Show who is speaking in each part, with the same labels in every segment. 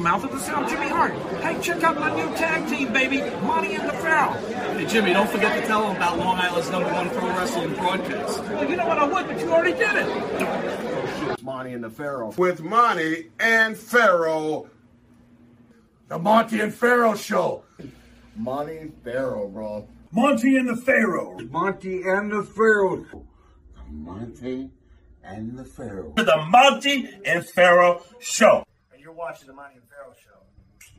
Speaker 1: mouth of the South, Jimmy Hart. Hey, check out my new tag team, baby, Monty and the Pharaoh.
Speaker 2: Hey, Jimmy, don't forget to tell them about Long Island's number one pro wrestling broadcast.
Speaker 1: Well, you know what I would, but you already did it.
Speaker 3: Monty and the Pharaoh.
Speaker 4: With Monty and Pharaoh.
Speaker 5: The Monty and Pharaoh Show.
Speaker 3: Monty and Pharaoh, bro.
Speaker 5: Monty and the Pharaoh.
Speaker 6: Monty and the Pharaoh.
Speaker 7: Monty and the Pharaoh.
Speaker 5: The Monty and Pharaoh Show.
Speaker 8: And you're watching the Monty and Pharaoh Show.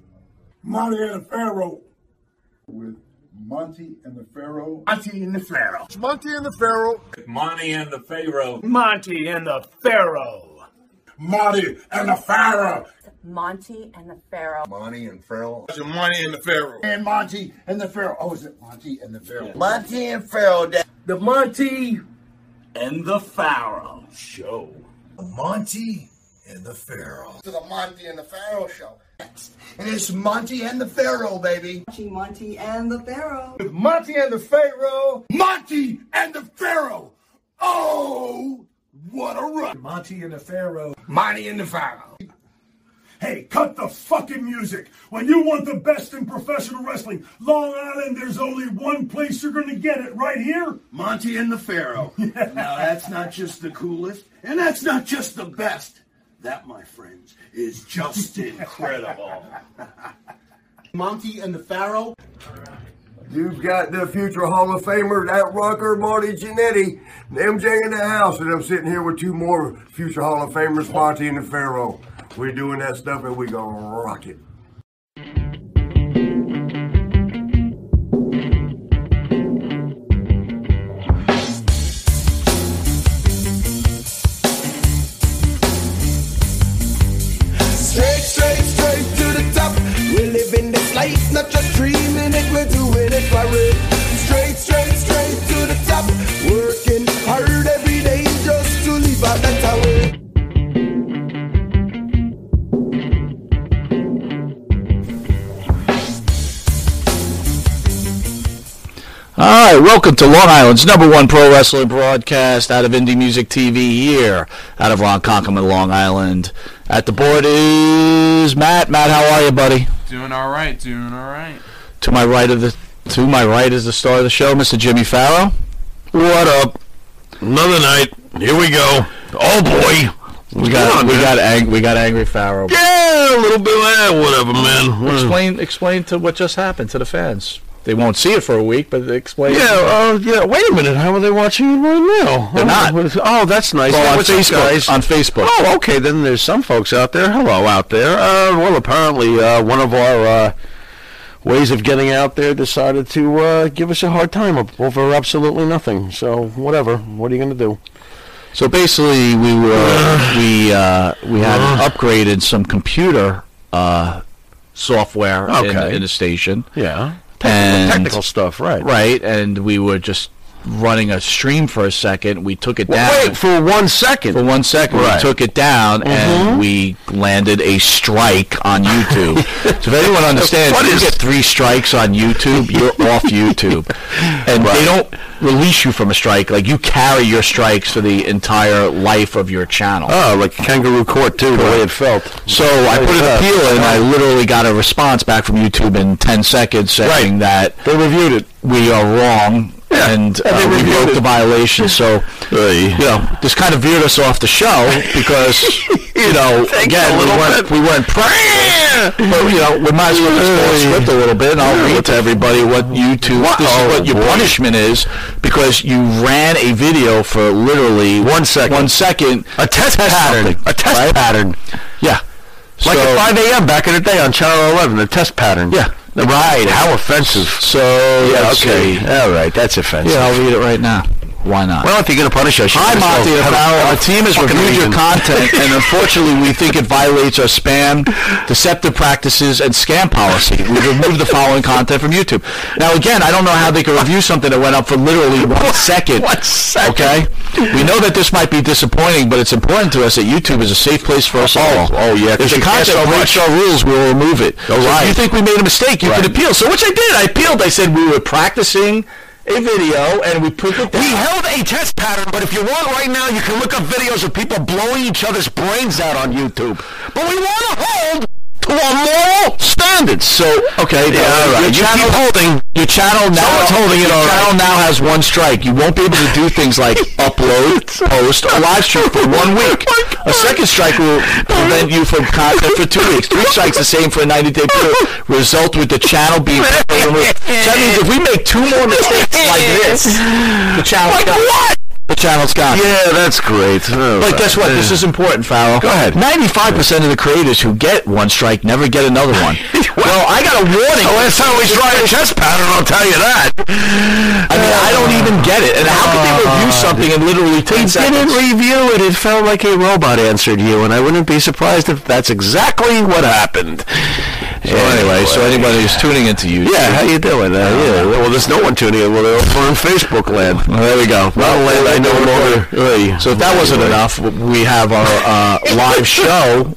Speaker 5: Monty and the Pharaoh.
Speaker 3: With Monty and the Pharaoh.
Speaker 5: Monty and the Pharaoh.
Speaker 3: Monty and the Pharaoh.
Speaker 2: Monty and the Pharaoh.
Speaker 5: Monty and the Pharaoh.
Speaker 4: Monty and the Pharaoh.
Speaker 9: Monty and the Pharaoh.
Speaker 7: Monty and Pharaoh.
Speaker 4: Monty and the Pharaoh.
Speaker 3: And Monty and the Pharaoh. Oh, is it Monty and the Pharaoh? Yeah.
Speaker 7: Monty and Pharaoh.
Speaker 5: The Monty and the Pharaoh Show.
Speaker 7: The Monty and the Pharaoh.
Speaker 3: To the Monty and the Pharaoh Show.
Speaker 7: Next. And it's Monty and the Pharaoh, baby.
Speaker 9: Monty, Monty and the Pharaoh.
Speaker 3: With Monty and the Pharaoh.
Speaker 4: Monty and the Pharaoh. Oh, what a run.
Speaker 3: Monty and the Pharaoh.
Speaker 4: Monty and the Pharaoh.
Speaker 5: Hey, cut the fucking music. When you want the best in professional wrestling, Long Island, there's only one place you're going to get it right here
Speaker 4: Monty and the Pharaoh. now, that's not just the coolest, and that's not just the best. That, my friends, is just incredible.
Speaker 7: Monty and the Pharaoh.
Speaker 10: You've got the future Hall of Famer, that rocker, Marty Jannetty, MJ in the house, and I'm sitting here with two more future Hall of Famers, Monty and the Pharaoh. We're doing that stuff and we gonna rock it.
Speaker 11: Straight, straight, straight to the top. We're living this life, not just dreaming it, we're doing it for real. Straight, straight, straight to the top. Working hard every day just to live out that tower.
Speaker 12: All right, welcome to Long Island's number one pro wrestling broadcast out of Indie Music TV here, out of Ron Conklin, Long Island. At the board is Matt. Matt, how are you, buddy?
Speaker 2: Doing all right. Doing all right.
Speaker 12: To my right of the, to my right is the star of the show, Mr. Jimmy Farrow. What up?
Speaker 13: Another night. Here we go. Oh boy,
Speaker 12: we got we got ang- we got angry Farrow.
Speaker 13: Yeah, a little bit of that, whatever, man. What
Speaker 12: Explain explain to what just happened to the fans they won't see it for a week, but explain.
Speaker 13: Yeah, uh, yeah. Wait a minute. How are they watching it right now?
Speaker 12: They're
Speaker 13: oh,
Speaker 12: not.
Speaker 13: what is- oh, that's nice.
Speaker 12: Well,
Speaker 13: Hey,
Speaker 12: on
Speaker 13: what's up,
Speaker 12: Facebook-
Speaker 13: guys?
Speaker 12: on Facebook.
Speaker 13: Oh, okay. Then there's some folks out there. Hello, out there. Uh, well, apparently, uh, one of our uh, ways of getting out there decided to uh, give us a hard time ab- over absolutely nothing. So, whatever. What are you going to do?
Speaker 12: So basically, we were we uh, we had upgraded some computer uh, software in,
Speaker 13: Okay.
Speaker 12: in the station,
Speaker 13: Yeah.
Speaker 12: and
Speaker 13: Technical stuff, right?
Speaker 12: right, and we were just running a stream for a second. We took it
Speaker 13: Well,
Speaker 12: down
Speaker 13: wait for one second.
Speaker 12: for one second.
Speaker 13: Right.
Speaker 12: We took it down, and we landed a strike on YouTube. so if anyone understands,
Speaker 13: What
Speaker 12: if
Speaker 13: is-
Speaker 12: you get three strikes on YouTube, you're off YouTube, and they don't release you from a strike. Like you carry your strikes for the entire life of your channel.
Speaker 13: Oh, like kangaroo court too. The way it felt.
Speaker 12: So I put an appeal in, and I literally got a response back from YouTube in 10 seconds saying
Speaker 13: Right.
Speaker 12: that
Speaker 13: They reviewed it.
Speaker 12: we are wrong and,
Speaker 13: and they
Speaker 12: uh, we
Speaker 13: reviewed
Speaker 12: broke
Speaker 13: it.
Speaker 12: the violation. So, you know, this kind of veered us off the show because, you know,
Speaker 13: Thanks a
Speaker 12: again, we
Speaker 13: little
Speaker 12: weren't,
Speaker 13: bit.
Speaker 12: we weren't prepped. but, you know, we might as well just
Speaker 13: Yeah.
Speaker 12: go script a little bit, and I'll read to everybody what YouTube,
Speaker 13: What-
Speaker 12: this
Speaker 13: oh,
Speaker 12: is what your
Speaker 13: boy.
Speaker 12: punishment is because you ran a video for literally
Speaker 13: One second.
Speaker 12: One second.
Speaker 13: A test pattern. A test
Speaker 12: right?
Speaker 13: pattern.
Speaker 12: Yeah.
Speaker 13: Like
Speaker 12: So-
Speaker 13: at 5 a.m. back in the day on Channel 11, the test pattern.
Speaker 12: Yeah.
Speaker 13: Right. How offensive.
Speaker 12: So
Speaker 13: yeah,
Speaker 12: let's
Speaker 13: okay.
Speaker 12: see.
Speaker 13: All right. That's offensive.
Speaker 12: Yeah, I'll read it right now. Why not?
Speaker 13: well, if you're going to punish us, you might
Speaker 12: Hi,
Speaker 13: as well
Speaker 12: Monty.
Speaker 13: have a-
Speaker 12: Apparel.
Speaker 13: have
Speaker 12: Our
Speaker 13: a
Speaker 12: team has
Speaker 13: fucking
Speaker 12: reviewed
Speaker 13: reason.
Speaker 12: your content, and unfortunately, we think it violates our spam, deceptive practices, and scam policy. We've removed the following content from YouTube. Now, again, I don't know how they could review something that went up for literally one second.
Speaker 13: One second.
Speaker 12: Okay? We know that this might be disappointing, but it's important to us that YouTube is a safe place for us all.
Speaker 13: oh, yeah, 'cause
Speaker 12: If the
Speaker 13: you can't
Speaker 12: content
Speaker 13: so
Speaker 12: breaks
Speaker 13: much.
Speaker 12: our rules, we will remove it.
Speaker 13: No
Speaker 12: so
Speaker 13: lie.
Speaker 12: if you think we made a mistake, you
Speaker 13: Right.
Speaker 12: can appeal. So, which I did. I appealed. I said we were practicing a video, and we put it down.
Speaker 13: We held a test pattern, but if you want right now, you can look up videos of people blowing each other's brains out on YouTube. But we want to hold to
Speaker 12: who are moral standards. So okay,
Speaker 2: Yeah, all right.
Speaker 12: You
Speaker 2: Your
Speaker 12: keep
Speaker 2: channel-
Speaker 12: holding.
Speaker 2: Your channel now
Speaker 12: Someone's holding it
Speaker 2: Your
Speaker 12: all
Speaker 2: channel
Speaker 12: right.
Speaker 2: now has one strike. You won't be able to do things like upload, post, or live stream for one week.
Speaker 12: Oh
Speaker 2: A second strike will prevent you from content for two weeks. Three strikes the same for a 90-day period. Result with the channel being totally removed. So that means if we make two more mistakes like this, the channel's gone. What? The channel's gone.
Speaker 12: Yeah, that's great. All
Speaker 2: But
Speaker 12: right.
Speaker 2: guess what? This
Speaker 12: Yeah.
Speaker 2: is important, Farrell.
Speaker 12: Go ahead.
Speaker 2: Ninety-five percent of the creators who get one strike never get another one. well, I got a warning.
Speaker 12: The last time Oh, we tried a chest pattern, I'll tell you that.
Speaker 2: I mean, I don't even get it. And how can they review something in literally
Speaker 12: Uh, They
Speaker 2: ten
Speaker 12: didn't
Speaker 2: seconds?
Speaker 12: review it. It felt like a robot answered you, and I wouldn't be surprised if that's exactly what happened.
Speaker 2: So anyway, so anybody who's tuning into you,
Speaker 12: Yeah, how you doing? Uh, yeah. Well, there's no one tuning in. Well, they're over in Facebook land.
Speaker 2: Well, there we go.
Speaker 12: Well, land I no longer.
Speaker 2: So if that wasn't enough, we have our uh, live show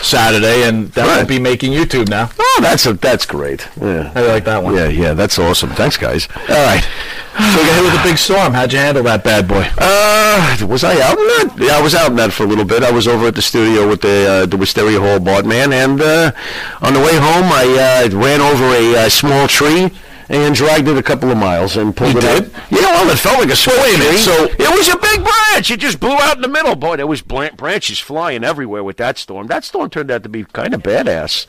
Speaker 2: Saturday, and that
Speaker 12: Right.
Speaker 2: won't be making YouTube now.
Speaker 12: Oh, that's a, that's great. Yeah,
Speaker 2: I like that one.
Speaker 12: yeah, yeah. That's awesome. Thanks, guys.
Speaker 2: All right. So we got hit with a big storm. How'd you handle that bad boy?
Speaker 12: Uh, was I out in that? Yeah, I was out in that for a little bit. I was over at the studio with the uh, the Wisteria Hall bard man, and uh, on the way home, I uh, ran over a uh, small tree and dragged it a couple of miles and pulled
Speaker 2: You
Speaker 12: it
Speaker 2: did?
Speaker 12: out. Yeah, well, it felt like a small
Speaker 2: wait a minute,
Speaker 12: tree.
Speaker 2: so-
Speaker 12: it was a big branch. It just blew out in the middle. Boy, there was blan- branches flying everywhere with that storm. That storm turned out to be kind of badass.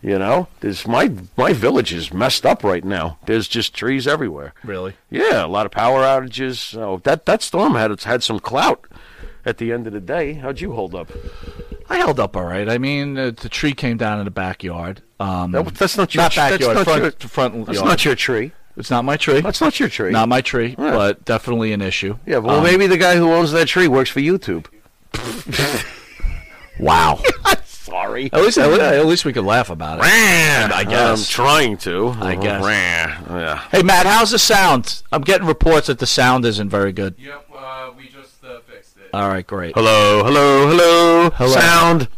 Speaker 12: You know, there's my my village is messed up right now. There's just trees everywhere.
Speaker 2: Really?
Speaker 12: Yeah, a lot of power outages. So that that storm had had some clout. At the end of the day, how'd you hold up?
Speaker 2: I held up all right. I mean, uh, the tree came down in the backyard. Um,
Speaker 12: That- that's not your-
Speaker 2: not
Speaker 12: that's
Speaker 2: backyard.
Speaker 12: not
Speaker 2: front,
Speaker 12: your-
Speaker 2: front
Speaker 12: that's
Speaker 2: yard.
Speaker 12: not your tree.
Speaker 2: It's not my tree.
Speaker 12: That's not your tree.
Speaker 2: Not my tree,
Speaker 12: Yeah.
Speaker 2: but definitely an issue.
Speaker 12: Yeah, well,
Speaker 2: Um,
Speaker 12: maybe the guy who owns that tree works for YouTube.
Speaker 2: Wow.
Speaker 12: Sorry.
Speaker 2: at least, at least, at least we could laugh about it. I
Speaker 12: I'm
Speaker 2: guess.
Speaker 12: trying to. Uh-huh.
Speaker 2: I guess.
Speaker 12: Yeah.
Speaker 2: hey, Matt, how's the sound? I'm getting reports that the sound isn't very good.
Speaker 14: Yep, uh, we just uh, fixed it.
Speaker 2: All right, great.
Speaker 12: Hello, hello, hello,
Speaker 2: Hello.
Speaker 12: Sound.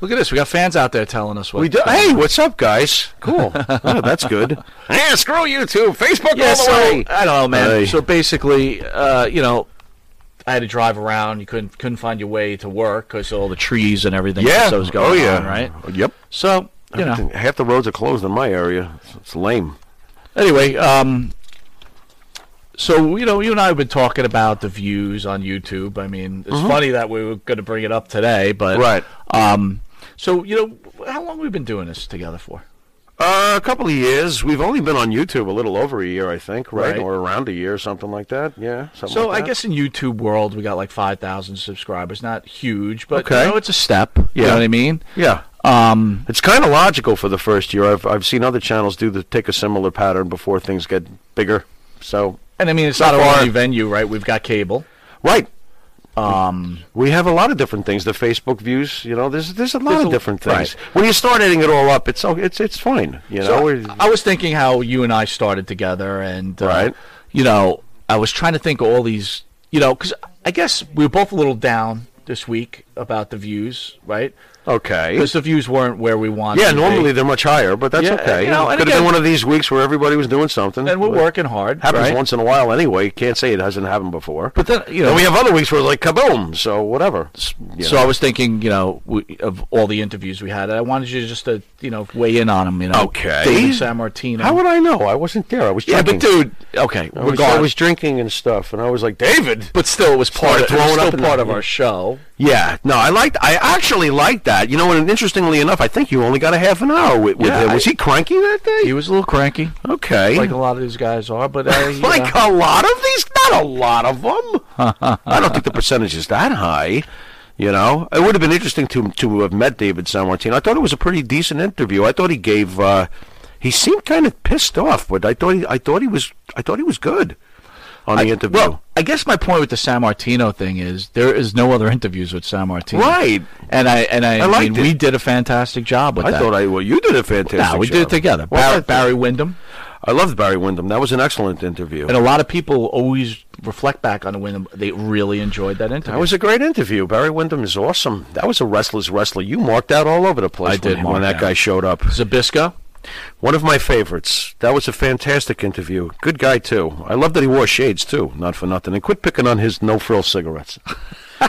Speaker 2: Look at this. We got fans out there telling us what.
Speaker 12: We do. Hey, what's up, guys? Cool. oh, that's good. Yeah, screw YouTube, Facebook
Speaker 2: yeah,
Speaker 12: all the
Speaker 2: so, uh,
Speaker 12: way.
Speaker 2: I don't know, man.
Speaker 12: Hey.
Speaker 2: So basically, uh, you know, I had to drive around. You couldn't couldn't find your way to work because all the trees and everything.
Speaker 12: Yeah.
Speaker 2: that was going
Speaker 12: oh, yeah.
Speaker 2: on, right?
Speaker 12: Yep.
Speaker 2: So you know.
Speaker 12: Everything- half the roads are closed in my area. It's- It's lame.
Speaker 2: Anyway, um, so you know, you and I have been talking about the views on YouTube. I mean, it's
Speaker 12: Mhm.
Speaker 2: funny that we were going to bring it up today, but
Speaker 12: Right.
Speaker 2: Um, so you know, how long have we been doing this together for?
Speaker 12: Uh, a couple of years. We've only been on YouTube a little over a year, I think, right,
Speaker 2: Right.
Speaker 12: or around a year, something like that. Yeah. Something
Speaker 2: So
Speaker 12: like
Speaker 2: I
Speaker 12: that.
Speaker 2: guess in YouTube world, we got like five thousand subscribers. Not huge, but
Speaker 12: Okay.
Speaker 2: you know, it's a step. You
Speaker 12: Yeah.
Speaker 2: know what I mean?
Speaker 12: Yeah.
Speaker 2: Um,
Speaker 12: It's kind of logical for the first year. I've I've seen other channels do the take a similar pattern before things get bigger. So
Speaker 2: and I mean, it's
Speaker 12: So
Speaker 2: not
Speaker 12: far-
Speaker 2: our only venue, right? We've got cable.
Speaker 12: right,
Speaker 2: Um,
Speaker 12: we have a lot of different things. The Facebook views, you know, there's there's a lot
Speaker 2: There's
Speaker 12: of
Speaker 2: a-
Speaker 12: different things.
Speaker 2: right.
Speaker 12: When you start adding it all up, it's oh, it's it's fine. You know,
Speaker 2: So,
Speaker 12: We're-
Speaker 2: I was thinking how you and I started together, and uh,
Speaker 12: Right.
Speaker 2: you know, I was trying to think of all these, you know, because I guess we were both a little down this week about the views, right?
Speaker 12: okay.
Speaker 2: Because the views weren't where we wanted.
Speaker 12: Yeah,
Speaker 2: them to
Speaker 12: normally
Speaker 2: be.
Speaker 12: they're much higher, but that's
Speaker 2: Yeah,
Speaker 12: okay.
Speaker 2: you know, and
Speaker 12: Could have
Speaker 2: again-
Speaker 12: been one of these weeks where everybody was doing something.
Speaker 2: and we're
Speaker 12: but
Speaker 2: working hard.
Speaker 12: Happens
Speaker 2: right?
Speaker 12: once in a while anyway. Can't say it hasn't happened before.
Speaker 2: but then you know.
Speaker 12: and we have other weeks where it's like kaboom. So whatever. You
Speaker 2: so
Speaker 12: know.
Speaker 2: I was thinking, you know, we, of all the interviews we had, I wanted you just to, you know, weigh in on them. You know,
Speaker 12: Okay.
Speaker 2: David San Martino.
Speaker 12: How would I know? I wasn't there. I was
Speaker 2: yeah,
Speaker 12: drinking.
Speaker 2: but dude, okay,
Speaker 12: I was,
Speaker 2: regardless,
Speaker 12: I was drinking and stuff, and I was like, David.
Speaker 2: but still, it was part
Speaker 12: Started
Speaker 2: of, it was
Speaker 12: throwing up
Speaker 2: still
Speaker 12: in the-
Speaker 2: part of our show.
Speaker 12: Yeah, no, I liked. I actually liked that. You know, and interestingly enough, I think you only got a half an hour with, with
Speaker 2: Yeah,
Speaker 12: him.
Speaker 2: I-
Speaker 12: Was he cranky that day?
Speaker 2: He was a little cranky.
Speaker 12: okay,
Speaker 2: like
Speaker 12: like,
Speaker 2: a lot of these guys are. But uh, you know.
Speaker 12: a lot of these, not a lot of them. I don't think the percentage is that high. You know, it would have been interesting to to have met David San Martino. I thought it was a pretty decent interview. I thought he gave. Uh, he seemed kind of pissed off, but I thought he, I thought he was I thought he was good on the interview.
Speaker 2: well, I guess my point with the San Martino thing is there is no other interviews with San Martino,
Speaker 12: Right.
Speaker 2: And I and I,
Speaker 12: I liked
Speaker 2: mean, we
Speaker 12: it.
Speaker 2: did a fantastic job with
Speaker 12: I
Speaker 2: that.
Speaker 12: thought I well, you did a fantastic.
Speaker 2: Nah, we did it
Speaker 12: job.
Speaker 2: together.
Speaker 12: Well,
Speaker 2: Bar-
Speaker 12: I-
Speaker 2: Barry Wyndham
Speaker 12: I loved Barry Windham. That was an excellent interview.
Speaker 2: and a lot of people always reflect back on the Wyndham. They really enjoyed that interview.
Speaker 12: That was a great interview. Barry Windham is awesome. That was a restless wrestler. You marked out all over the place.
Speaker 2: I did
Speaker 12: when,
Speaker 2: mark
Speaker 12: when that
Speaker 2: out.
Speaker 12: guy showed up.
Speaker 2: Zabisco.
Speaker 12: One of my favorites. That was a fantastic interview. Good guy too. I love that he wore shades too. Not for nothing. And quit picking on his no frill cigarettes.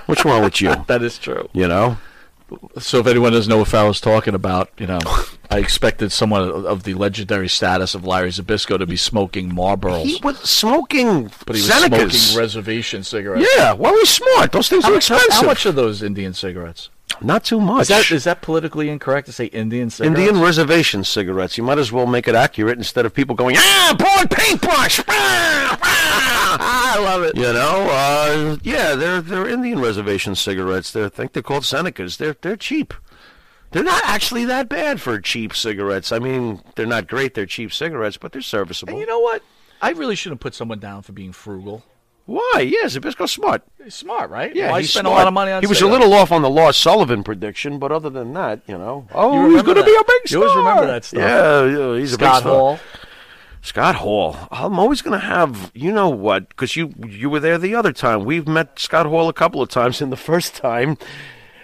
Speaker 12: What's wrong with you?
Speaker 2: That is true.
Speaker 12: You know.
Speaker 2: So if anyone doesn't know what Farrell's talking about, you know, I expected someone of the legendary status of Larry Zabisco to be smoking Marlboros.
Speaker 12: He was smoking
Speaker 2: but he was
Speaker 12: Senecas.
Speaker 2: smoking reservation cigarettes.
Speaker 12: Yeah, well, he's smart. Those things
Speaker 2: How
Speaker 12: are
Speaker 2: much- how-
Speaker 12: expensive.
Speaker 2: How much are those Indian cigarettes?
Speaker 12: Not too much.
Speaker 2: Is that, is that politically incorrect to say Indian cigarettes?
Speaker 12: Indian reservation cigarettes. You might as well make it accurate instead of people going, ah, boy, paintbrush. Ah, ah, I love it. You know, uh, yeah, they're they're Indian reservation cigarettes. They're, I think they're called Senecas. They're they're cheap. They're not actually that bad for cheap cigarettes. I mean, they're not great. They're cheap cigarettes, but they're serviceable.
Speaker 2: And you know what? I really shouldn't put someone down for being frugal.
Speaker 12: Why? Yeah, Zabisco's smart.
Speaker 2: He's smart, right?
Speaker 12: Yeah,
Speaker 2: Why
Speaker 12: he's
Speaker 2: spend
Speaker 12: smart.
Speaker 2: a lot of money on
Speaker 12: He was a
Speaker 2: cigarettes?
Speaker 12: little off on the Law Sullivan prediction, but other than that, you know, oh, he's
Speaker 2: remember
Speaker 12: going to be a
Speaker 2: that.
Speaker 12: big
Speaker 2: You
Speaker 12: star.
Speaker 2: always remember that stuff.
Speaker 12: Yeah, yeah he's a
Speaker 2: Scott
Speaker 12: big star.
Speaker 2: Hall.
Speaker 12: Scott Hall. I'm always going to have you know what because you you were there the other time. We've met Scott Hall a couple of times, and the first time.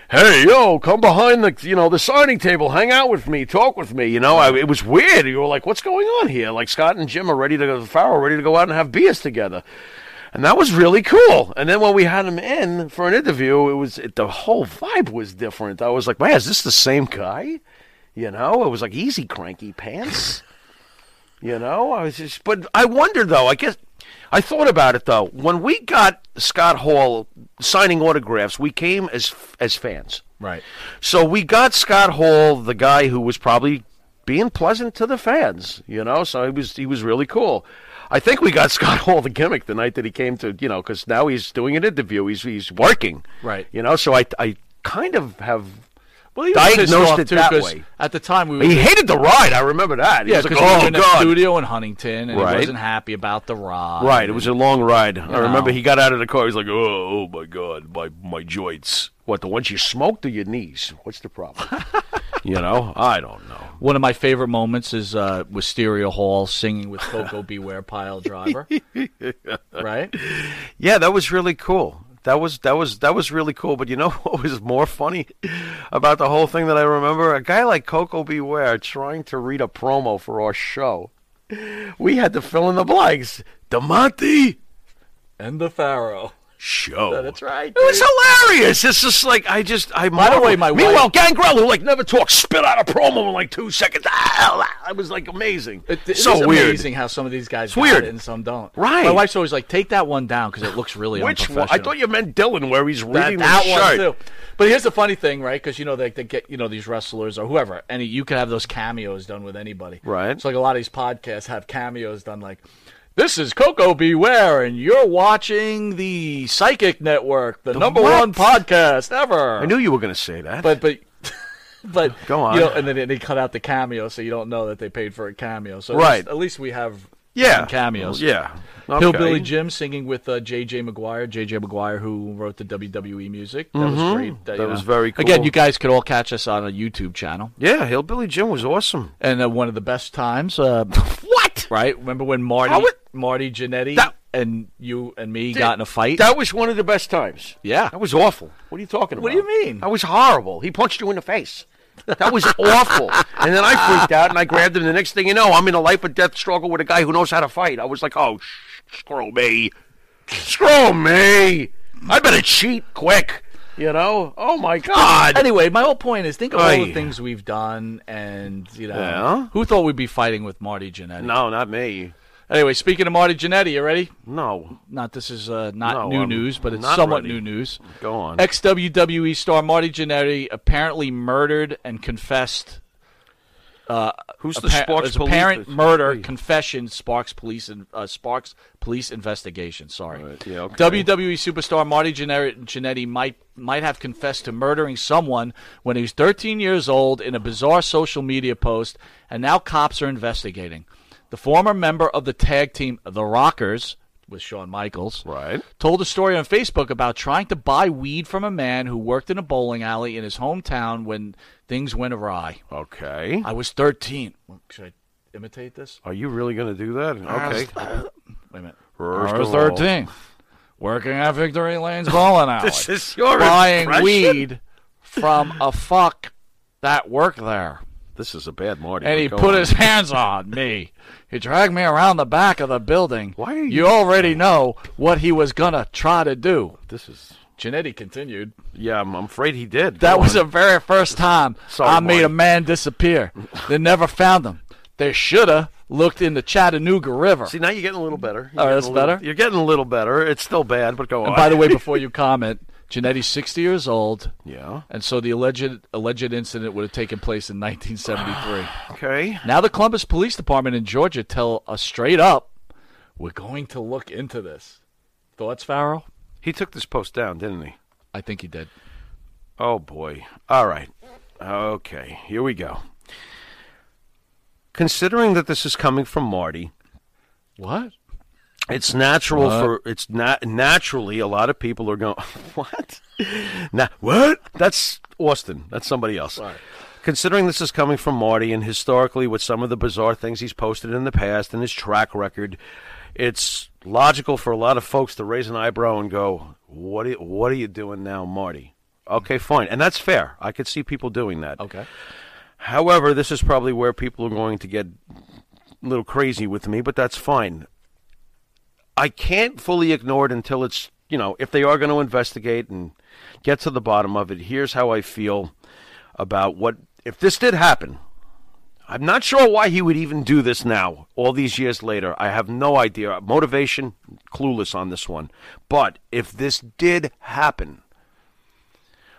Speaker 12: Hey yo, come behind the you know the signing table, hang out with me, talk with me. You know, I, it was weird. You were like, "What's going on here?" Like Scott and Jim are ready to go. Farrell ready to go out and have beers together. And that was really cool. And then when we had him in for an interview, it was it, the whole vibe was different. I was like, man, is this the same guy? You know, it was like easy cranky pants. you know, I was just, but I wonder though. I guess I thought about it though. When we got Scott Hall signing autographs, we came as as fans.
Speaker 2: Right.
Speaker 12: So we got Scott Hall, the guy who was probably being pleasant to the fans, you know. So he was he was really cool. I think we got Scott Hall the gimmick the night that he came to, you know, because now he's doing an interview. He's he's working,
Speaker 2: Right.
Speaker 12: You know. So I I kind of have
Speaker 2: Well, he was pissed off,
Speaker 12: diagnosed it
Speaker 2: too,
Speaker 12: that
Speaker 2: 'cause
Speaker 12: way.
Speaker 2: At the time, we
Speaker 12: He
Speaker 2: were-
Speaker 12: hated the ride. I remember that. He
Speaker 2: yeah,
Speaker 12: was like,
Speaker 2: because we were
Speaker 12: "Oh,
Speaker 2: in a
Speaker 12: God."
Speaker 2: studio in Huntington, and
Speaker 12: Right.
Speaker 2: he wasn't happy about the ride.
Speaker 12: Right, it was a long ride. I
Speaker 2: know.
Speaker 12: remember he got out of the car. He was like, "Oh, oh my god, my my joints! What the ones you smoked or your knees? What's the problem?" you know, I don't know.
Speaker 2: One of my favorite moments is uh, Wisteria Hall singing with Coco Beware Pile Driver. right?
Speaker 12: Yeah, that was really cool. That was that was that was really cool. But you know what was more funny about the whole thing that I remember? A guy like Coco Beware trying to read a promo for our show. We had to fill in the blanks. Demonte
Speaker 2: And the Pharaoh.
Speaker 12: show.
Speaker 2: That's right.
Speaker 12: It was hilarious. It's just like I just I.
Speaker 2: By the way, my wife-
Speaker 12: meanwhile Gangrel, who like never talks, spit out a promo in like two seconds. Ah, I was like amazing.
Speaker 2: It, it
Speaker 12: so
Speaker 2: is
Speaker 12: weird.
Speaker 2: amazing how some of these guys
Speaker 12: It's
Speaker 2: got
Speaker 12: weird.
Speaker 2: it and some don't.
Speaker 12: Right.
Speaker 2: My wife's always like, take that one down because it looks really
Speaker 12: Which
Speaker 2: unprofessional.
Speaker 12: one? I thought you meant Dylan, where he's
Speaker 2: that,
Speaker 12: reading
Speaker 2: that
Speaker 12: the
Speaker 2: one
Speaker 12: shirt.
Speaker 2: too. But here's the funny thing, right? Because you know they, they get you know these wrestlers or whoever, any you could have those cameos done with anybody,
Speaker 12: Right.
Speaker 2: So like a lot of these podcasts have cameos done, like this is Coco Beware, and you're watching the Psychic Network, the, number
Speaker 12: what?
Speaker 2: one podcast ever.
Speaker 12: I knew you were going to say that.
Speaker 2: but but. But
Speaker 12: Go on.
Speaker 2: you know, and then they- they cut out the cameo, so you don't know that they paid for a cameo. So at
Speaker 12: Right.
Speaker 2: least- at least we have
Speaker 12: yeah,
Speaker 2: some cameos.
Speaker 12: Yeah,
Speaker 2: Hillbilly
Speaker 12: Okay.
Speaker 2: Jim singing with uh, J.J. McGuire. J.J. McGuire, who wrote the WWE music. That
Speaker 12: Mhm.
Speaker 2: was great.
Speaker 12: That
Speaker 2: you
Speaker 12: was very cool.
Speaker 2: Again, you guys could all catch us on a YouTube channel.
Speaker 12: Yeah, Hillbilly Jim was awesome.
Speaker 2: And uh, one of the best times. Uh,
Speaker 12: what?
Speaker 2: Right? Remember when Marty
Speaker 12: How it-
Speaker 2: Marty Jannetty and you and me got in a fight?
Speaker 12: That was one of the best times.
Speaker 2: yeah.
Speaker 12: That was awful. What are you talking about?
Speaker 2: What do you mean?
Speaker 12: That was horrible. He punched you in the face. That was awful. And then I freaked out and I grabbed him. The next thing you know, I'm in a life or death struggle with a guy who knows how to fight. I was like, oh, sh- screw me. Screw me. I better cheat quick. You know? Oh, my God.
Speaker 2: Anyway, my whole point is think of all
Speaker 12: Aye.
Speaker 2: the things we've done and, you know,
Speaker 12: Yeah.
Speaker 2: who thought we'd be fighting with Marty Jannetty?
Speaker 12: No, not me.
Speaker 2: Anyway, speaking of Marty Jannetty, you ready?
Speaker 12: No.
Speaker 2: Not this is uh, not
Speaker 12: No,
Speaker 2: new
Speaker 12: I'm
Speaker 2: news, but it's
Speaker 12: not
Speaker 2: somewhat
Speaker 12: ready.
Speaker 2: new news.
Speaker 12: Go on.
Speaker 2: Ex WWE star Marty Jannetty apparently murdered and confessed. Uh,
Speaker 12: Who's the
Speaker 2: appa-
Speaker 12: Sparks
Speaker 2: his
Speaker 12: police
Speaker 2: apparent
Speaker 12: that-
Speaker 2: murder confession sparks police in, uh, sparks police investigation. Sorry,
Speaker 12: yeah, okay.
Speaker 2: WWE superstar Marty Jannetty Jannetty might might have confessed to murdering someone when he was 13 years old in a bizarre social media post, and now cops are investigating. The former member of the tag team The Rockers with Shawn Michaels,
Speaker 12: Right.
Speaker 2: told a story on Facebook about trying to buy weed from a man who worked in a bowling alley in his hometown when things went awry.
Speaker 12: Okay.
Speaker 2: I was 13. Should I imitate this?
Speaker 12: Are you really going to do that? Okay.
Speaker 2: Wait a minute.
Speaker 12: First
Speaker 2: I was
Speaker 12: of all-
Speaker 2: 13. Working at Victory Lane's bowling alley.
Speaker 12: This is your
Speaker 2: Buying
Speaker 12: impression?
Speaker 2: weed from a fuck that worked there.
Speaker 12: This is a bad Marty.
Speaker 2: And he
Speaker 12: but go
Speaker 2: put
Speaker 12: on.
Speaker 2: his hands on me. He dragged me around the back of the building.
Speaker 12: Why are you-
Speaker 2: you already know what he was going to try to do.
Speaker 12: This is.
Speaker 2: Janetti continued.
Speaker 12: Yeah, I'm I'm afraid he did.
Speaker 2: That
Speaker 12: Go
Speaker 2: was
Speaker 12: on.
Speaker 2: the very first time
Speaker 12: Sorry,
Speaker 2: I made
Speaker 12: Marty.
Speaker 2: a man disappear. they never found him. They shoulda looked in the Chattanooga River.
Speaker 12: See, now you're getting a little better.
Speaker 2: Oh,
Speaker 12: You're getting
Speaker 2: that's
Speaker 12: a little-
Speaker 2: better?
Speaker 12: You're getting a little better. It's still bad, but go on.
Speaker 2: and by the way, before you comment, Janetti's 60 years old.
Speaker 12: Yeah.
Speaker 2: And so the alleged alleged incident would have taken place in 1973.
Speaker 12: okay.
Speaker 2: Now the Columbus Police Department in Georgia tell us straight up, we're going to look into this. Thoughts, Farrell?
Speaker 12: He took this post down, didn't he?
Speaker 2: I think he did.
Speaker 12: Oh boy. All right. Okay. Here we go. Considering that this is coming from Marty,
Speaker 2: What?
Speaker 12: it's natural
Speaker 2: What?
Speaker 12: for it's not naturally a lot of people are going what? Now what? That's Austin. That's somebody else. Considering this is coming from Marty and historically with some of the bizarre things he's posted in the past and his track record, it's logical for a lot of folks to raise an eyebrow and go, "What? Are, what are you doing now, Marty?" Okay, fine, and that's fair. I could see people doing that.
Speaker 2: Okay.
Speaker 12: However, this is probably where people are going to get a little crazy with me, but that's fine. I can't fully ignore it until it's, you know, if they are going to investigate and get to the bottom of it, here's how I feel about what, if this did happen. I'm not sure why he would even do this now, all these years later. I have no idea. Motivation, clueless on this one. But if this did happen,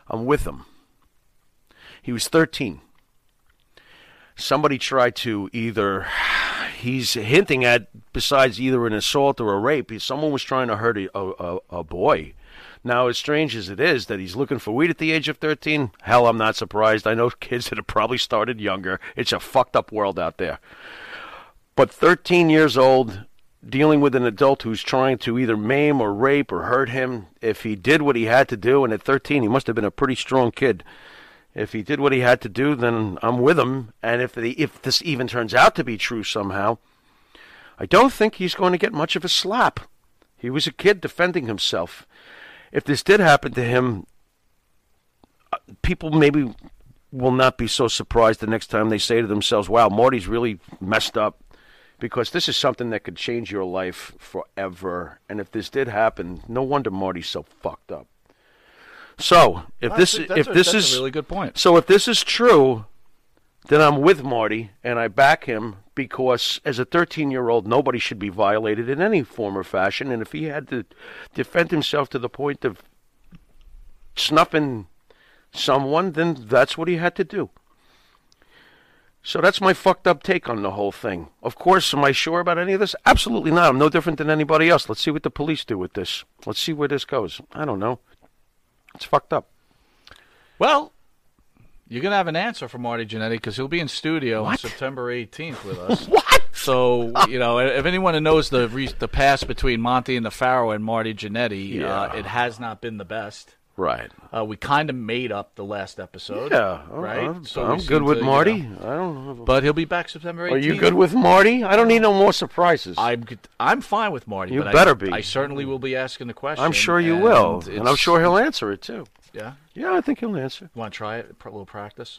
Speaker 12: I'm with him. He was 13 somebody tried to either he's hinting at besides either an assault or a rape is someone was trying to hurt a, a, a boy now as strange as it is that he's looking for weed at the age of 13 hell i'm not surprised i know kids that have probably started younger it's a fucked up world out there but 13 years old dealing with an adult who's trying to either maim or rape or hurt him if he did what he had to do and at 13 he must have been a pretty strong kid if he did what he had to do then i'm with him and if the, if this even turns out to be true somehow i don't think he's going to get much of a slap he was a kid defending himself if this did happen to him uh, people maybe will not be so surprised the next time they say to themselves wow marty's really messed up because this is something that could change your life forever. And if this did happen, no wonder Marty's so fucked up. So if
Speaker 2: That's
Speaker 12: this
Speaker 2: a- that's
Speaker 12: if
Speaker 2: a-
Speaker 12: this
Speaker 2: that's a
Speaker 12: is
Speaker 2: really good point.
Speaker 12: So if this is true, then I'm with Marty and I back him because as a 13 year old, nobody should be violated in any form or fashion. And if he had to defend himself to the point of snuffing someone, then that's what he had to do. So that's my fucked up take on the whole thing. Of course, am I sure about any of this? Absolutely not. I'm no different than anybody else. Let's see what the police do with this. Let's see where this goes. I don't know. It's fucked up.
Speaker 2: Well, you're gonna have an answer for Marty Jannetty because he'll be in studio on September 18th with us. what? So you know, if anyone knows the re- the past between Monty and the Pharaoh and Marty Jannetty, uh,
Speaker 12: Yeah.
Speaker 2: it has not been the best.
Speaker 12: Right.
Speaker 2: Uh, we kind of made up the last episode.
Speaker 12: Yeah. I'm-
Speaker 2: right.
Speaker 12: I'm,
Speaker 2: So we
Speaker 12: I'm
Speaker 2: seem
Speaker 12: good with
Speaker 2: to, you
Speaker 12: Marty.
Speaker 2: know.
Speaker 12: I don't know.
Speaker 2: but he'll be back September 18th.
Speaker 12: Are you good with Marty? I don't need no more surprises.
Speaker 2: I'm g- I'm fine with Marty.
Speaker 12: You
Speaker 2: but I-
Speaker 12: better be.
Speaker 2: I certainly will be asking the question.
Speaker 12: I'm sure you
Speaker 2: and
Speaker 12: will, and I'm
Speaker 2: it's-
Speaker 12: sure he'll answer it too.
Speaker 2: Yeah.
Speaker 12: Yeah, I think he'll answer.
Speaker 2: Want to try it? A little practice.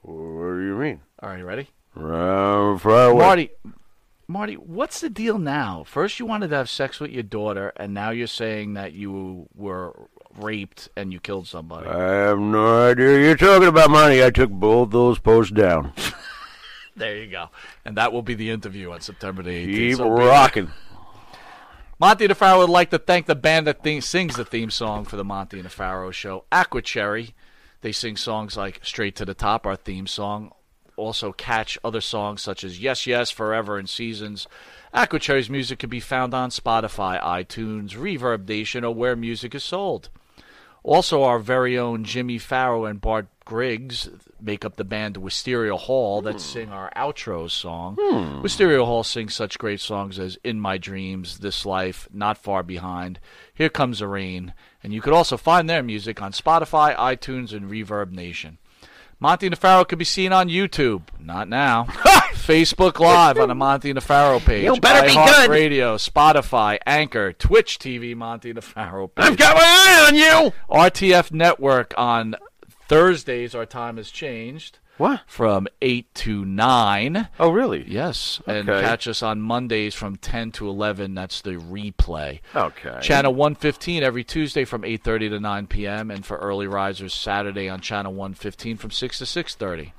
Speaker 12: What do you mean?
Speaker 2: All right, you ready?
Speaker 12: Round far away.
Speaker 2: Marty, Marty, what's the deal now? First, you wanted to have sex with your daughter, and now you're saying that you were raped and you killed somebody.
Speaker 12: I have no idea you're talking about, Marty. I took both those posts down.
Speaker 2: There you go. And that will be the interview on September the 18th.
Speaker 12: Keep
Speaker 2: So be-
Speaker 12: rocking.
Speaker 2: Monty DeFaro would like to thank the band that thing- sings the theme song for the Monty and DeFaro show, Aqua Cherry. They sing songs like Straight to the Top, our theme song. Also, catch other songs such as Yes, Yes, Forever, and Seasons. Aqua Cherry's music can be found on Spotify, iTunes, Reverb Nation, or where music is sold. Also, our very own Jimmy Farrow and Bart Griggs make up the band Wisteria Hall that sing our outro song.
Speaker 12: Hmm.
Speaker 2: Wisteria Hall sings such great songs as In My Dreams, This Life, Not Far Behind, Here Comes the Rain, and you could also find their music on Spotify, iTunes, and Reverb Nation. Monty Nefaro can be seen on YouTube. Not now. Facebook Live on the Monty Nefaro page.
Speaker 12: You better be good.
Speaker 2: Radio, Spotify, Anchor, Twitch TV, Monty Nefaro page.
Speaker 12: I've got my eye on you.
Speaker 2: RTF Network on Thursdays. Our time has changed.
Speaker 12: What?
Speaker 2: From 8 to 9.
Speaker 12: Oh, really?
Speaker 2: Yes. And
Speaker 12: Okay.
Speaker 2: catch us on Mondays from 10 to 11. That's the replay.
Speaker 12: Okay.
Speaker 2: Channel 115 every Tuesday from 8.30 to 9 p.m. And for early risers, Saturday on Channel 115 from 6 to 6.30.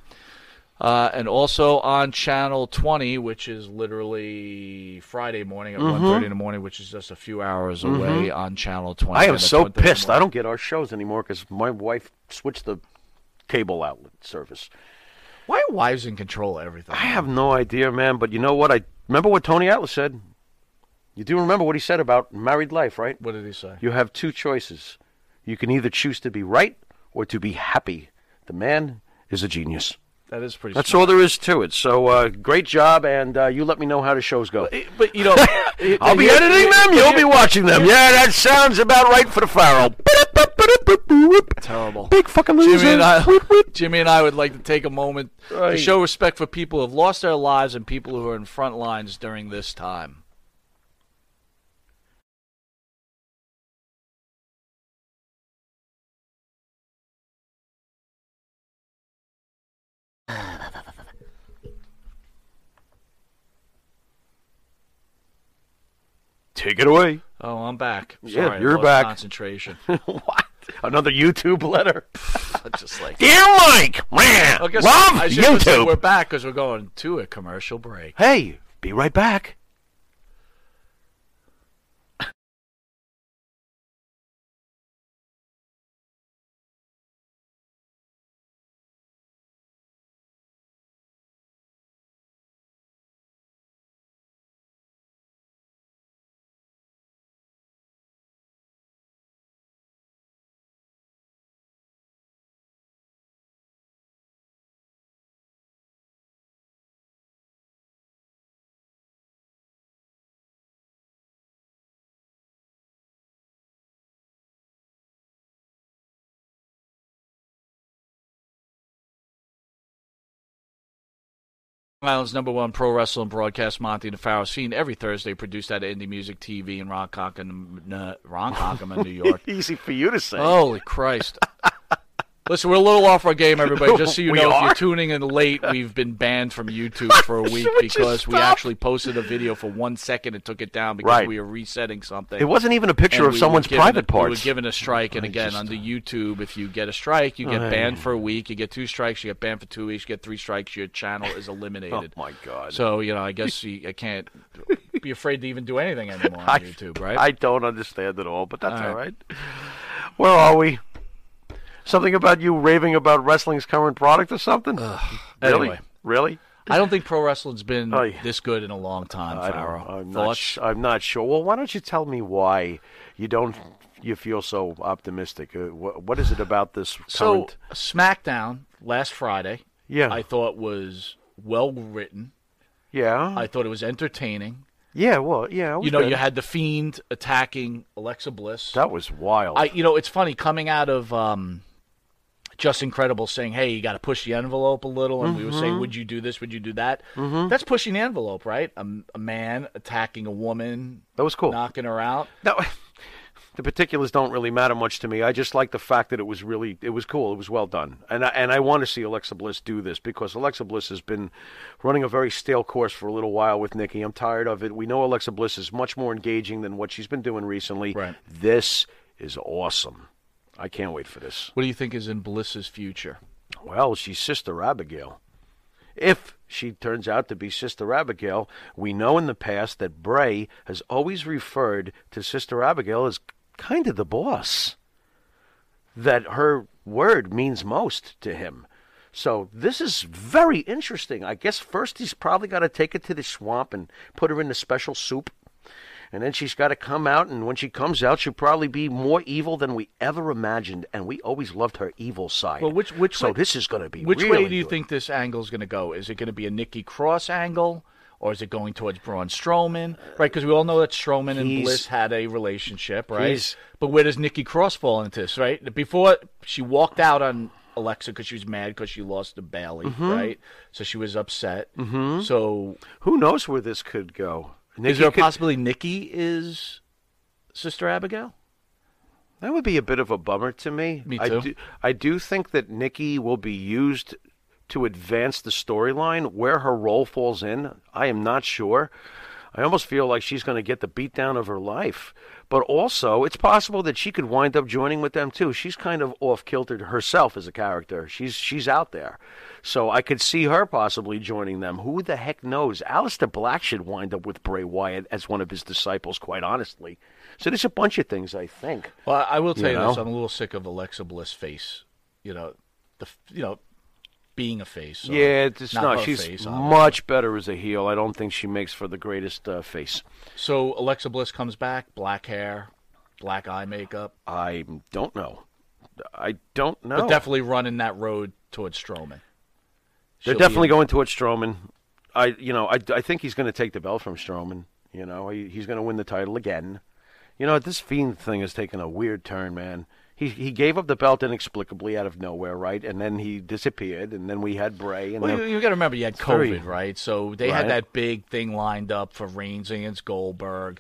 Speaker 2: Uh, and also on Channel 20, which is literally Friday morning at
Speaker 12: Mhm.
Speaker 2: 1.30 in the morning, which is just a few hours
Speaker 12: Mhm.
Speaker 2: away on Channel 20.
Speaker 12: I
Speaker 2: And
Speaker 12: am
Speaker 2: that's
Speaker 12: so
Speaker 2: 1:30 in the
Speaker 12: pissed.
Speaker 2: morning.
Speaker 12: I don't get our shows anymore because my wife switched the cable outlet service.
Speaker 2: Why are wives in control of everything?
Speaker 12: I have no idea, man. But you know what? I remember what Tony Atlas said. You do remember what he said about married life, right?
Speaker 2: What did he say?
Speaker 12: You have two choices. You can either choose to be right or to be happy. The man is a genius.
Speaker 2: That is pretty
Speaker 12: That's
Speaker 2: smart.
Speaker 12: all there is to it. So uh, great job, and uh, you let me know how the shows go.
Speaker 2: But, you know...
Speaker 12: I'll be
Speaker 2: here-
Speaker 12: editing them. You'll be
Speaker 2: here-
Speaker 12: watching them. Yeah, that sounds about right for the Pharaoh.
Speaker 2: Terrible.
Speaker 12: Big fucking
Speaker 2: Jimmy and,
Speaker 12: loser.
Speaker 2: I, Jimmy and I would like to take a moment to
Speaker 12: Right.
Speaker 2: show respect for people who have lost their lives and people who are in front lines during this time.
Speaker 12: Take it away.
Speaker 2: Oh, I'm back. Sorry,
Speaker 12: Yeah,
Speaker 2: I
Speaker 12: you're
Speaker 2: lost
Speaker 12: back.
Speaker 2: Concentration.
Speaker 12: what? Another YouTube letter.
Speaker 2: Just like
Speaker 12: Dear Mike, man,
Speaker 2: I guess
Speaker 12: love
Speaker 2: I should just say
Speaker 12: YouTube.
Speaker 2: We're back because we're going to a commercial break.
Speaker 12: Hey, be right back.
Speaker 2: Long Island's number one pro wrestling broadcast, Monty DeFaro, seen every Thursday, produced at Indie Music TV in Ron Cockham, uh, Ron Cockham in New York. Oh,
Speaker 12: Easy for you to say.
Speaker 2: Holy Christ. Listen, we're a little off our game, everybody. Just so you
Speaker 12: We
Speaker 2: know, if
Speaker 12: are?
Speaker 2: you're tuning in late, we've been banned from YouTube for a week
Speaker 12: Should we just
Speaker 2: because we
Speaker 12: stop?
Speaker 2: actually posted a video for one second and took it down because
Speaker 12: Right.
Speaker 2: we were resetting something.
Speaker 12: It wasn't even a picture
Speaker 2: And
Speaker 12: of
Speaker 2: we were
Speaker 12: someone's
Speaker 2: given
Speaker 12: private
Speaker 2: a, We were
Speaker 12: parts.
Speaker 2: given a strike, and again, under YouTube, if you get a strike, you get
Speaker 12: Ay.
Speaker 2: banned for a week. You get two strikes, you get banned for two weeks. You get three strikes, your channel is eliminated.
Speaker 12: Oh, my God.
Speaker 2: So you know, I guess you, I can't be afraid to even do anything anymore on
Speaker 12: I-
Speaker 2: YouTube, right?
Speaker 12: I don't understand it all, but that's
Speaker 2: All
Speaker 12: all
Speaker 2: right.
Speaker 12: right. Where are we? Something about you raving about wrestling's current product or something? really?
Speaker 2: anyway.
Speaker 12: Really?
Speaker 2: I don't think pro wrestling's been
Speaker 12: Ay.
Speaker 2: this good in a long time,
Speaker 12: Oh, I
Speaker 2: Farrow.
Speaker 12: don't, I'm, not,
Speaker 2: Thoughts?
Speaker 12: sh- I'm not sure. Well, why don't you tell me why you don't you feel so optimistic? Uh, wh- what is it about this
Speaker 2: So
Speaker 12: current?
Speaker 2: SmackDown last Friday,
Speaker 12: Yeah.
Speaker 2: I thought was well written.
Speaker 12: Yeah.
Speaker 2: I thought it was entertaining.
Speaker 12: yeah, well,
Speaker 2: You
Speaker 12: yeah. it Hmm. was
Speaker 2: know,
Speaker 12: good.
Speaker 2: you had the Fiend attacking Alexa Bliss.
Speaker 12: that was wild.
Speaker 2: I, you know, it's funny coming out of um, Just Incredible saying, "Hey, you got to push the envelope a little," and we were saying,
Speaker 12: Mhm.
Speaker 2: "Would you do this? Would you do that?"
Speaker 12: Mhm.
Speaker 2: That's pushing the envelope, right? A, a man attacking a woman.
Speaker 12: That was cool.
Speaker 2: Knocking her out.
Speaker 12: No, the particulars don't really matter much to me. I just like the fact that it was really it was cool. It was well done, and I, and I want to see Alexa Bliss do this because Alexa Bliss has been running a very stale course for a little while with Nikki. I'm tired of it. We know Alexa Bliss is much more engaging than what she's been doing recently. Right. This is awesome. I can't wait for this.
Speaker 2: What do you think is in Bliss's future?
Speaker 12: Well, she's Sister Abigail. If she turns out to be Sister Abigail, we know in the past that Bray has always referred to Sister Abigail as kind of the boss. That her word means most to him. So this is very interesting. I guess first he's probably got to take her to the swamp and put her in a special soup. And then she's got to come out, and when she comes out, she'll probably be more evil than we ever imagined. And we always loved her evil side.
Speaker 2: Well, which which
Speaker 12: so
Speaker 2: way,
Speaker 12: this is going to be
Speaker 2: Which
Speaker 12: really
Speaker 2: way do you
Speaker 12: good.
Speaker 2: think this angle is going to go? Is it going to be a Nikki Cross angle, or is it going towards Braun Strowman? Right, because we all know that Strowman and
Speaker 12: Uh, He's-
Speaker 2: Bliss had a relationship, right?
Speaker 12: He's-
Speaker 2: But where does Nikki Cross fall into this? Right before she walked out on Alexa because she was mad because she lost to Bailey,
Speaker 12: Mhm.
Speaker 2: right? So she was upset.
Speaker 12: Mhm.
Speaker 2: So
Speaker 12: who knows where this could go?
Speaker 2: is
Speaker 12: Nikki
Speaker 2: there a
Speaker 12: could-
Speaker 2: possibility Nikki is Sister Abigail?
Speaker 12: That would be a bit of a bummer to me.
Speaker 2: Me
Speaker 12: I
Speaker 2: too.
Speaker 12: do, I do think that Nikki will be used to advance the storyline. Where her role falls in, I am not sure. I almost feel like she's going to get the beatdown of her life. But also, it's possible that she could wind up joining with them too. She's kind of off kilter herself as a character. She's she's out there, so I could see her possibly joining them. Who the heck knows? Alistair Black should wind up with Bray Wyatt as one of his disciples. Quite honestly, so there's a bunch of things I think.
Speaker 2: Well, I will tell you,
Speaker 12: know?
Speaker 2: this: I'm a little sick of Alexa Bliss' face. You know, the f- you know, being a face. so
Speaker 12: yeah, it's
Speaker 2: not
Speaker 12: not.
Speaker 2: her
Speaker 12: She's
Speaker 2: face, obviously.
Speaker 12: much better as a heel. I don't think she makes for the greatest uh, face.
Speaker 2: So Alexa Bliss comes back, black hair, black eye makeup.
Speaker 12: I don't know. I don't know.
Speaker 2: But definitely running that road towards Strowman.
Speaker 12: They're
Speaker 2: She'll be
Speaker 12: definitely
Speaker 2: in-
Speaker 12: going towards Strowman. I, you know, I, I think he's going to take the belt from Strowman. You know, he, he's going to win the title again. You know, this Fiend thing has taken a weird turn, man. He he gave up the belt inexplicably out of nowhere, right? And then he disappeared, and then we had Bray. And
Speaker 2: Well, you,
Speaker 12: then-
Speaker 2: you got to remember, you had
Speaker 12: It's very-
Speaker 2: COVID, right? So they
Speaker 12: Right.
Speaker 2: had that big thing lined up for Reigns against Goldberg.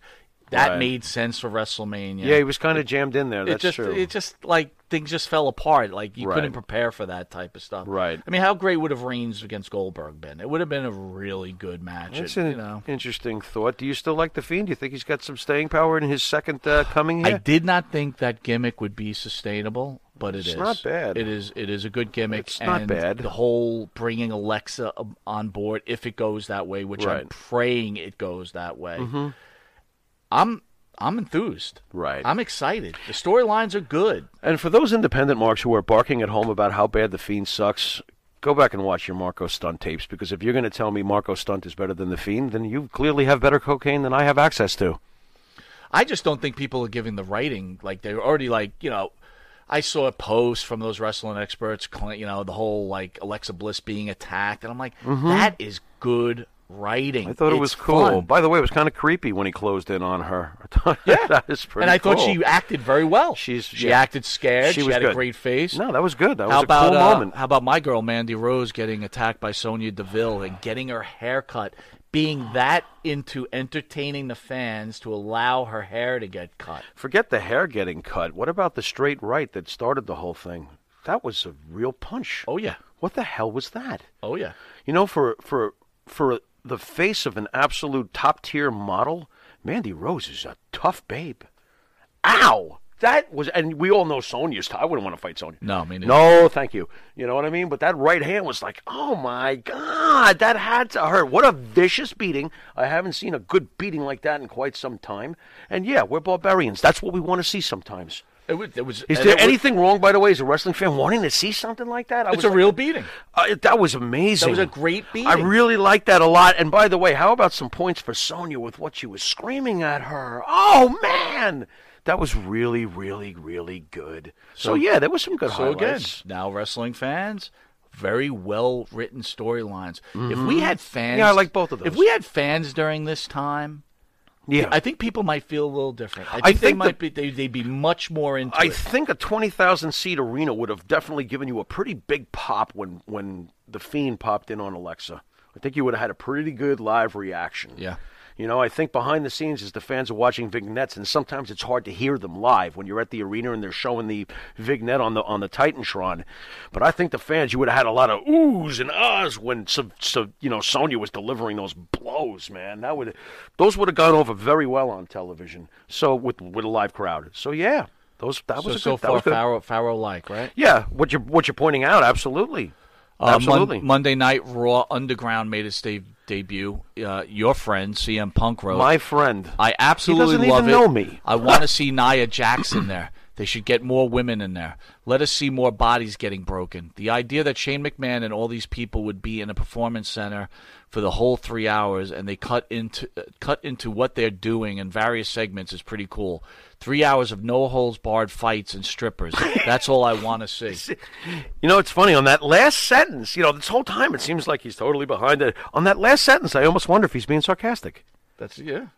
Speaker 2: That
Speaker 12: Right.
Speaker 2: made sense for WrestleMania.
Speaker 12: yeah, he was kind of jammed in there.
Speaker 2: It
Speaker 12: That's
Speaker 2: just,
Speaker 12: true.
Speaker 2: It just like things just fell apart. Like you
Speaker 12: Right.
Speaker 2: couldn't prepare for that type of stuff.
Speaker 12: Right.
Speaker 2: I mean, how great would have Reigns against Goldberg been? It would have been a really good match.
Speaker 12: That's
Speaker 2: It-
Speaker 12: an
Speaker 2: you know.
Speaker 12: interesting thought. Do you still like the Fiend? Do you think he's got some staying power in his second uh, coming here?
Speaker 2: I did not think that gimmick would be sustainable, but it
Speaker 12: It's
Speaker 2: is.
Speaker 12: not bad.
Speaker 2: It is. It is a good gimmick.
Speaker 12: It's not
Speaker 2: and
Speaker 12: bad.
Speaker 2: The whole bringing Alexa um, on board, if it goes that way, which I'm
Speaker 12: Right.
Speaker 2: praying it goes that way.
Speaker 12: Mhm.
Speaker 2: I'm. I'm enthused.
Speaker 12: Right.
Speaker 2: I'm excited. The storylines are good.
Speaker 12: And for those independent marks who are barking at home about how bad the Fiend sucks, go back and watch your Marco Stunt tapes because if you're going to tell me Marco Stunt is better than the Fiend, then you clearly have better cocaine than I have access to.
Speaker 2: I just don't think people are giving the writing like they're already like you know. I saw a post from those wrestling experts, cla- you know, the whole like Alexa Bliss being attacked, and I'm like,
Speaker 12: Mhm.
Speaker 2: "That is good writing.
Speaker 12: I thought it
Speaker 2: It's
Speaker 12: was cool.
Speaker 2: fun.
Speaker 12: By the way, it was kind of creepy when he closed in on her. I thought yeah. that is pretty
Speaker 2: and I thought
Speaker 12: cool.
Speaker 2: she acted very well.
Speaker 12: She's
Speaker 2: she
Speaker 12: yeah.
Speaker 2: acted scared.
Speaker 12: She
Speaker 2: She,
Speaker 12: was
Speaker 2: had
Speaker 12: good.
Speaker 2: a great face.
Speaker 12: No, that was good. That
Speaker 2: how
Speaker 12: was a
Speaker 2: about
Speaker 12: cool
Speaker 2: uh,
Speaker 12: moment.
Speaker 2: how about my girl Mandy Rose getting attacked by Sonya Deville and getting her hair cut, being that into entertaining the fans to allow her hair to get cut?
Speaker 12: Forget the hair getting cut. What about the straight right that started the whole thing? That was a real punch.
Speaker 2: Oh yeah.
Speaker 12: What the hell was that?
Speaker 2: Oh yeah.
Speaker 12: You know, for for for the face of an absolute top tier model, Mandy Rose is a tough babe. Ow! That was, and we all know Sonya's. I I wouldn't want to fight Sonya.
Speaker 2: No, me neither.
Speaker 12: No, thank you. You know what I mean? But that right hand was like, oh my God, that had to hurt. What a vicious beating. I haven't seen a good beating like that in quite some time. And yeah, we're barbarians. That's what we want to see sometimes.
Speaker 2: It was. It was
Speaker 12: Is
Speaker 2: and
Speaker 12: there
Speaker 2: it was-
Speaker 12: anything wrong, by the way, as a wrestling fan wanting to see something like that? I
Speaker 2: It's
Speaker 12: was
Speaker 2: a
Speaker 12: like-
Speaker 2: real beating.
Speaker 12: Uh, it- that was amazing.
Speaker 2: That was a great beating.
Speaker 12: I really liked that a lot. And by the way, how about some points for Sonya with what she was screaming at her? Oh man, that was really, really, really good. So, yeah, there was some good
Speaker 2: so
Speaker 12: highlights.
Speaker 2: again, now wrestling fans, very well written storylines. If
Speaker 12: Mhm.
Speaker 2: we had fans,
Speaker 12: Yeah, I like both of
Speaker 2: If
Speaker 12: those.
Speaker 2: we had fans during this time.
Speaker 12: Yeah.
Speaker 2: I think people might feel a little different. I
Speaker 12: I
Speaker 2: think, they
Speaker 12: think the-
Speaker 2: might be they, they'd be much more into
Speaker 12: I
Speaker 2: it.
Speaker 12: think a twenty thousand seat arena would have definitely given you a pretty big pop when when the Fiend popped in on Alexa. I think you would have had a pretty good live reaction.
Speaker 2: Yeah.
Speaker 12: You know, I think behind the scenes is the fans are watching vignettes, and sometimes it's hard to hear them live when you're at the arena and they're showing the vignette on the on the Titantron. But I think the fans, you would have had a lot of oohs and ahs when so, so you know Sonya was delivering those blows, man. That would those would have gone over very well on television. So with with a live crowd. So yeah, those that
Speaker 2: so
Speaker 12: was a
Speaker 2: so
Speaker 12: good, that
Speaker 2: far
Speaker 12: was good.
Speaker 2: Farrow Farrow like right.
Speaker 12: Yeah, what you are what you're pointing out, absolutely,
Speaker 2: Uh, Mon-
Speaker 12: absolutely.
Speaker 2: Monday Night Raw Underground made its de- debut. Uh, your friend CM Punk wrote.
Speaker 12: My friend.
Speaker 2: I absolutely
Speaker 12: He doesn't
Speaker 2: love
Speaker 12: even
Speaker 2: it.
Speaker 12: know me.
Speaker 2: I want to see Nia Jackson there. They should get more women in there. Let us see more bodies getting broken. The idea that Shane McMahon and all these people would be in a performance center for the whole three hours and they cut into uh, cut into what they're doing in various segments is pretty cool. Three hours of no holds barred fights and strippers. That's all I want to see.
Speaker 12: You know, it's funny on that last sentence. You know, this whole time it seems like he's totally behind it. On that last sentence, I almost wonder if he's being sarcastic.
Speaker 2: That's yeah.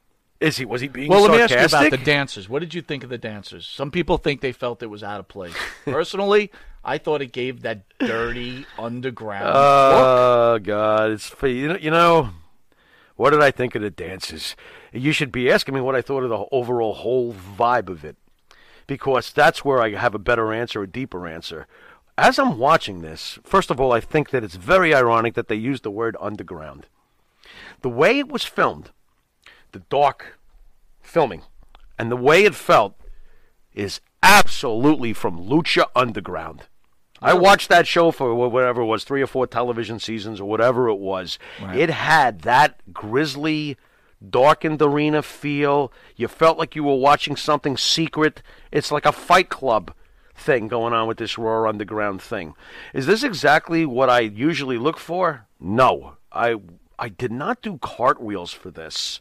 Speaker 12: Is he? Was he being
Speaker 2: well, let me ask
Speaker 12: sarcastic?
Speaker 2: you about the dancers. What did you think of the dancers? Some people think they felt it was out of place. Personally, I thought it gave that dirty underground look.
Speaker 12: Oh God, it's f- you know, you know. What did I think of the dances? You should be asking me what I thought of the overall whole vibe of it, because that's where I have a better answer, a deeper answer. as I'm watching this, first of all, I think that it's very ironic that they used the word underground. The way it was filmed, the dark filming, and the way it felt is absolutely from Lucha Underground. I watched that show for wh- whatever it was, three or four television seasons or whatever it was.
Speaker 15: Right.
Speaker 12: It had that grisly, darkened arena feel. You felt like you were watching something secret. It's like a fight club thing going on with this Raw Underground thing. Is this exactly what I usually look for? No. I I did not do cartwheels for this.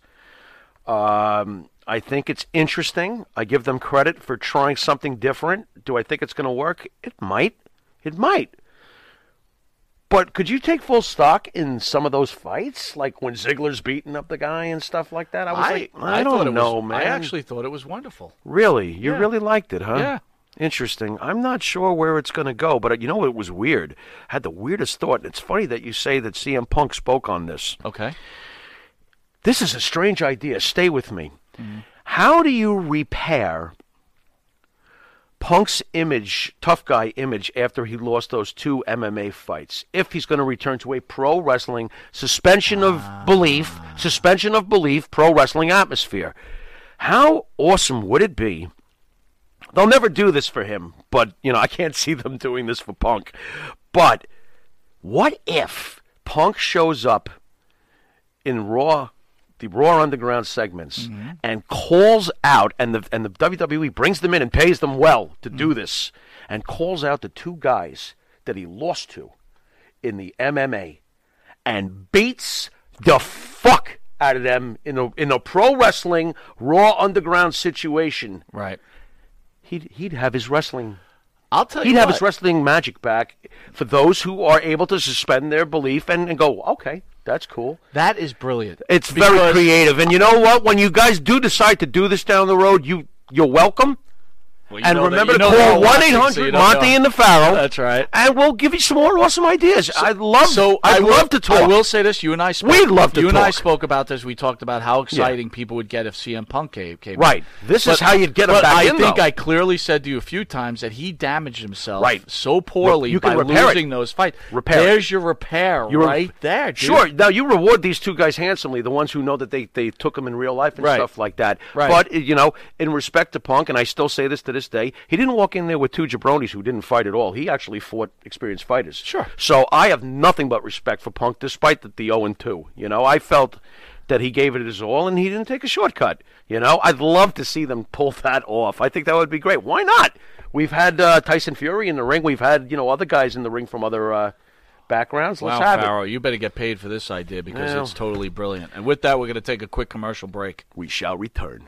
Speaker 12: Um, I think it's interesting. I give them credit for trying something different. Do I think it's going to work? It might. It might. But could you take full stock in some of those fights, like when Ziggler's beating up the guy and stuff like that? I was like, I,
Speaker 2: thought it was-
Speaker 12: don't know, man.
Speaker 2: I actually thought it was wonderful.
Speaker 12: Really? You
Speaker 2: Yeah.
Speaker 12: really liked it, huh?
Speaker 2: Yeah.
Speaker 12: Interesting. I'm not sure where it's going to go, but uh, you know, it was weird. I had the weirdest thought, and it's funny that you say that CM Punk spoke on this.
Speaker 2: Okay.
Speaker 12: This is a strange idea. Stay with me. How do you repair Punk's image, tough guy image, after he lost those two MMA fights? If he's going to return to a pro wrestling suspension of belief, suspension of belief, pro wrestling atmosphere, how awesome would it be? They'll never do this for him, but you know I can't see them doing this for Punk. But what if Punk shows up in Raw, the Raw Underground segments,
Speaker 2: Mm-hmm.
Speaker 12: and calls out, and the and the WWE brings them in and pays them well to
Speaker 2: Mm.
Speaker 12: do this, and calls out the two guys that he lost to in the MMA, and beats the fuck out of them in a in a pro wrestling Raw Underground situation.
Speaker 2: Right.
Speaker 12: He'd he'd have his wrestling.
Speaker 2: I'll tell
Speaker 12: He'd
Speaker 2: you
Speaker 12: have
Speaker 2: what.
Speaker 12: his wrestling magic back for those who are able to suspend their belief and, and go, okay, that's cool.
Speaker 2: That is brilliant.
Speaker 12: It's very
Speaker 2: Because-
Speaker 12: creative, and you know what? When you guys do decide to do this down the road, you you're welcome.
Speaker 2: Well, you
Speaker 12: and
Speaker 2: know that-
Speaker 12: remember
Speaker 2: you know
Speaker 12: to
Speaker 2: they're
Speaker 12: call one
Speaker 2: watching,
Speaker 12: eight
Speaker 2: so you
Speaker 12: hundred
Speaker 2: don't
Speaker 12: Monty
Speaker 2: know.
Speaker 12: and the Pharaoh.
Speaker 2: That's right.
Speaker 12: And we'll give you some more awesome ideas. I love.
Speaker 2: So
Speaker 12: I
Speaker 2: will-
Speaker 12: love to talk.
Speaker 2: I will say this: you and I spoke.
Speaker 12: We'd love to
Speaker 2: You and I
Speaker 12: talk.
Speaker 2: spoke about this. We talked about how exciting people would get if CM Punk came. came
Speaker 12: Right.
Speaker 2: in.
Speaker 12: This
Speaker 2: But-
Speaker 12: is how you'd get 'em
Speaker 2: but
Speaker 12: back
Speaker 2: I
Speaker 12: in,
Speaker 2: think
Speaker 12: though.
Speaker 2: I clearly said to you a few times that he damaged himself
Speaker 12: Right.
Speaker 2: so poorly
Speaker 12: You
Speaker 2: by
Speaker 12: can repair it.
Speaker 2: losing those fights.
Speaker 12: Repair it.
Speaker 2: There's your repair
Speaker 12: You were-
Speaker 2: right there. Dude.
Speaker 12: Sure. Now you reward these two guys handsomely, the ones who know that they, they took him in real life and
Speaker 2: Right.
Speaker 12: stuff like that.
Speaker 2: Right.
Speaker 12: But uh, you know, in respect to Punk, and I still say this to this day, he didn't walk in there with two jabronis who didn't fight at all. He actually fought experienced fighters. Sure. So I have nothing but respect for Punk, despite the, the zero and two. You know, I felt that he gave it his all, and he didn't take a shortcut. You know, I'd love to see them pull that off. I think that would be great. Why not? We've had uh, Tyson Fury in the ring. We've had you know other guys in the ring from other uh, backgrounds. Let's
Speaker 2: Wow,
Speaker 12: have it.
Speaker 2: Farrow, you better get paid for this idea because
Speaker 12: Well.
Speaker 2: it's totally brilliant. And with that, we're going to take a quick commercial break.
Speaker 12: We shall return.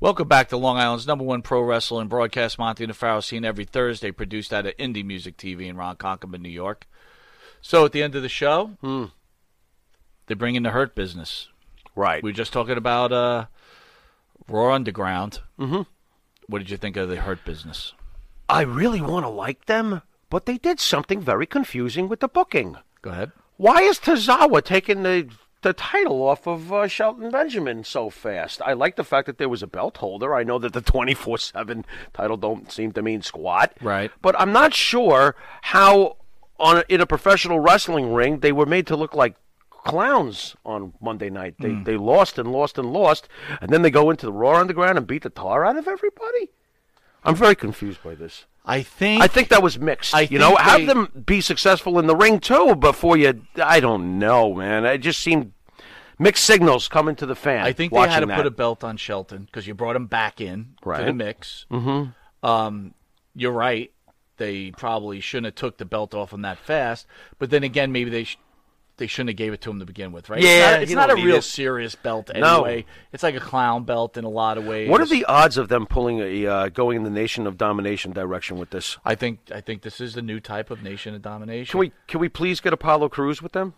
Speaker 2: Welcome back to Long Island's number one pro wrestling broadcast, Monty Nefaro, seen every Thursday, produced out of Indie Music TV in Ron Conklin, New York. So at the end of the show, they bring in the Hurt Business.
Speaker 12: Right.
Speaker 2: We were just talking about uh, Raw Underground. Mm-hmm. What did you think of the Hurt Business?
Speaker 12: I really want to like them, but they did something very confusing with the booking.
Speaker 2: Go ahead.
Speaker 12: Why is Tozawa taking the the title off of uh, Shelton Benjamin so fast? I like the fact that there was a belt holder. I know that the twenty four seven title don't seem to mean squat,
Speaker 2: Right.
Speaker 12: but I'm not sure how on in a professional wrestling ring they were made to look like clowns on Monday night. They they lost and lost and lost, and then they go into the Raw Underground and beat the tar out of everybody. I'm very confused by this.
Speaker 2: I think
Speaker 12: I think that was mixed.
Speaker 2: I
Speaker 12: you know,
Speaker 2: think they-
Speaker 12: have them be successful in the ring too before you. I don't know, man. It just seemed mixed signals coming to the fan.
Speaker 2: I think they
Speaker 12: watching
Speaker 2: had to
Speaker 12: that.
Speaker 2: put a belt on Shelton because you brought him back in to the
Speaker 12: Right.
Speaker 2: mix.
Speaker 12: Mhm.
Speaker 2: Um, you're right. They probably shouldn't have took the belt off him that fast. But then again, maybe they sh- they shouldn't have gave it to him to begin with, right?
Speaker 12: Yeah,
Speaker 2: it's
Speaker 12: you
Speaker 2: not, it's not a
Speaker 12: don't need
Speaker 2: real
Speaker 12: it.
Speaker 2: serious belt
Speaker 12: No.
Speaker 2: anyway. It's like a clown belt in a lot of ways.
Speaker 12: What are the odds of them pulling a uh, going in the nation of domination direction with this?
Speaker 2: I think I think this is the new type of nation of domination.
Speaker 12: Can we can we please get Apollo Cruz with them?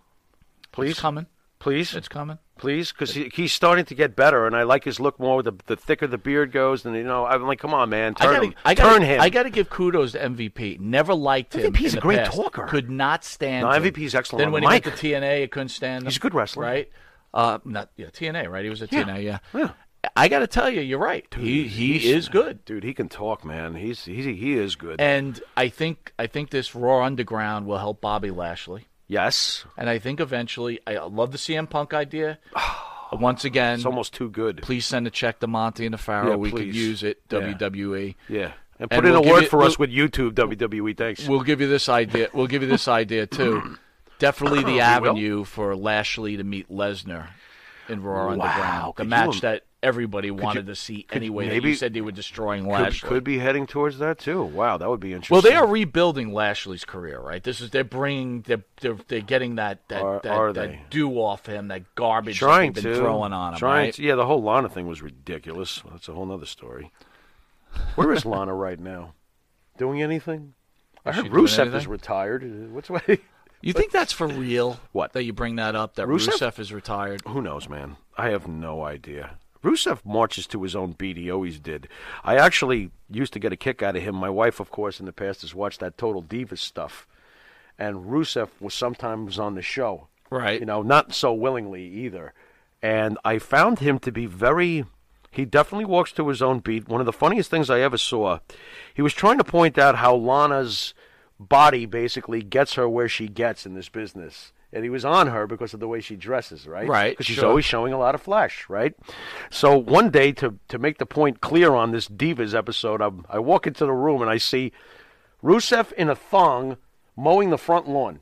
Speaker 12: Please,
Speaker 2: It's coming.
Speaker 12: please,
Speaker 2: It's coming.
Speaker 12: please, because he, he's starting to get better, and I like his look more. The the thicker the beard goes, and you know, I'm like, come on, man, turn
Speaker 2: I gotta,
Speaker 12: him,
Speaker 2: I gotta,
Speaker 12: turn him.
Speaker 2: I gotta give kudos to MVP. Never liked him.
Speaker 12: MVP 's
Speaker 2: in
Speaker 12: a
Speaker 2: the
Speaker 12: great
Speaker 2: past.
Speaker 12: talker.
Speaker 2: Could not stand.
Speaker 12: No,
Speaker 2: him.
Speaker 12: MVP 's excellent
Speaker 2: Then
Speaker 12: on
Speaker 2: when
Speaker 12: the
Speaker 2: he
Speaker 12: mic.
Speaker 2: went to TNA, it couldn't stand. Him,
Speaker 12: He's a good wrestler.
Speaker 2: right? Uh, not yeah, TNA, right? He was at
Speaker 12: Yeah.
Speaker 2: TNA, yeah.
Speaker 12: Yeah.
Speaker 2: I gotta tell you, you're right. he he is good.
Speaker 12: dude. He can talk, man. He's he he is good.
Speaker 2: And I think I think this Raw Underground will help Bobby Lashley.
Speaker 12: yes,
Speaker 2: And I think eventually, I love the CM Punk idea. Once again,
Speaker 12: it's almost too good.
Speaker 2: please send a check to Monty and the Pharaoh.
Speaker 12: Yeah,
Speaker 2: we could
Speaker 12: please.
Speaker 2: use it. E.
Speaker 12: Yeah.
Speaker 2: WWE.
Speaker 12: Yeah,
Speaker 2: And
Speaker 12: and put in
Speaker 2: we'll
Speaker 12: a
Speaker 2: give
Speaker 12: word
Speaker 2: you-
Speaker 12: for us
Speaker 2: we'll-
Speaker 12: with YouTube WWE. Thanks.
Speaker 2: We'll give you this idea. We'll give you this idea too. Definitely
Speaker 12: We
Speaker 2: the
Speaker 12: will.
Speaker 2: avenue for Lashley to meet Lesnar in Raw Underground, the
Speaker 12: could you
Speaker 2: match
Speaker 12: im-
Speaker 2: that everybody wanted
Speaker 12: you-
Speaker 2: to see
Speaker 12: could you
Speaker 2: anyway. that
Speaker 12: maybe-
Speaker 2: you said they were destroying
Speaker 12: could,
Speaker 2: Lashley.
Speaker 12: could be heading towards that too. Wow, that would be interesting.
Speaker 2: well, they are rebuilding Lashley's career, right? This is they're bringing they're they're, they're getting that that,
Speaker 12: Are-
Speaker 2: that,
Speaker 12: are they?
Speaker 2: that do off him, that garbage
Speaker 12: trying
Speaker 2: that
Speaker 12: to
Speaker 2: they've been throwing on him,
Speaker 12: Trying
Speaker 2: right?
Speaker 12: to, yeah, the whole Lana thing was ridiculous. Well, that's a whole other story. Where is Lana right now? Doing anything? I
Speaker 2: Is
Speaker 12: heard
Speaker 2: she doing
Speaker 12: Rusev is
Speaker 2: anything?
Speaker 12: retired. What's way?
Speaker 2: You think that's for real?
Speaker 12: What?
Speaker 2: that you bring that up? That
Speaker 12: Rusev?
Speaker 2: Rusev, is retired.
Speaker 12: Who knows, man? I have no idea. Rusev marches to his own beat. He always did. I actually used to get a kick out of him. My wife, of course, in the past has watched that Total Divas stuff, and Rusev was sometimes on the show.
Speaker 2: Right.
Speaker 12: You know, not so willingly either. And I found him to be very. He definitely walks to his own beat. One of the funniest things I ever saw, he was trying to point out how Lana's body basically gets her where she gets in this business. And he was on her because of the way she dresses, right?
Speaker 2: Right,
Speaker 12: Because she's
Speaker 2: sure.
Speaker 12: always showing a lot of flesh, right? So one day, to, to make the point clear on this Divas episode, I'm, I walk into the room and I see Rusev in a thong mowing the front lawn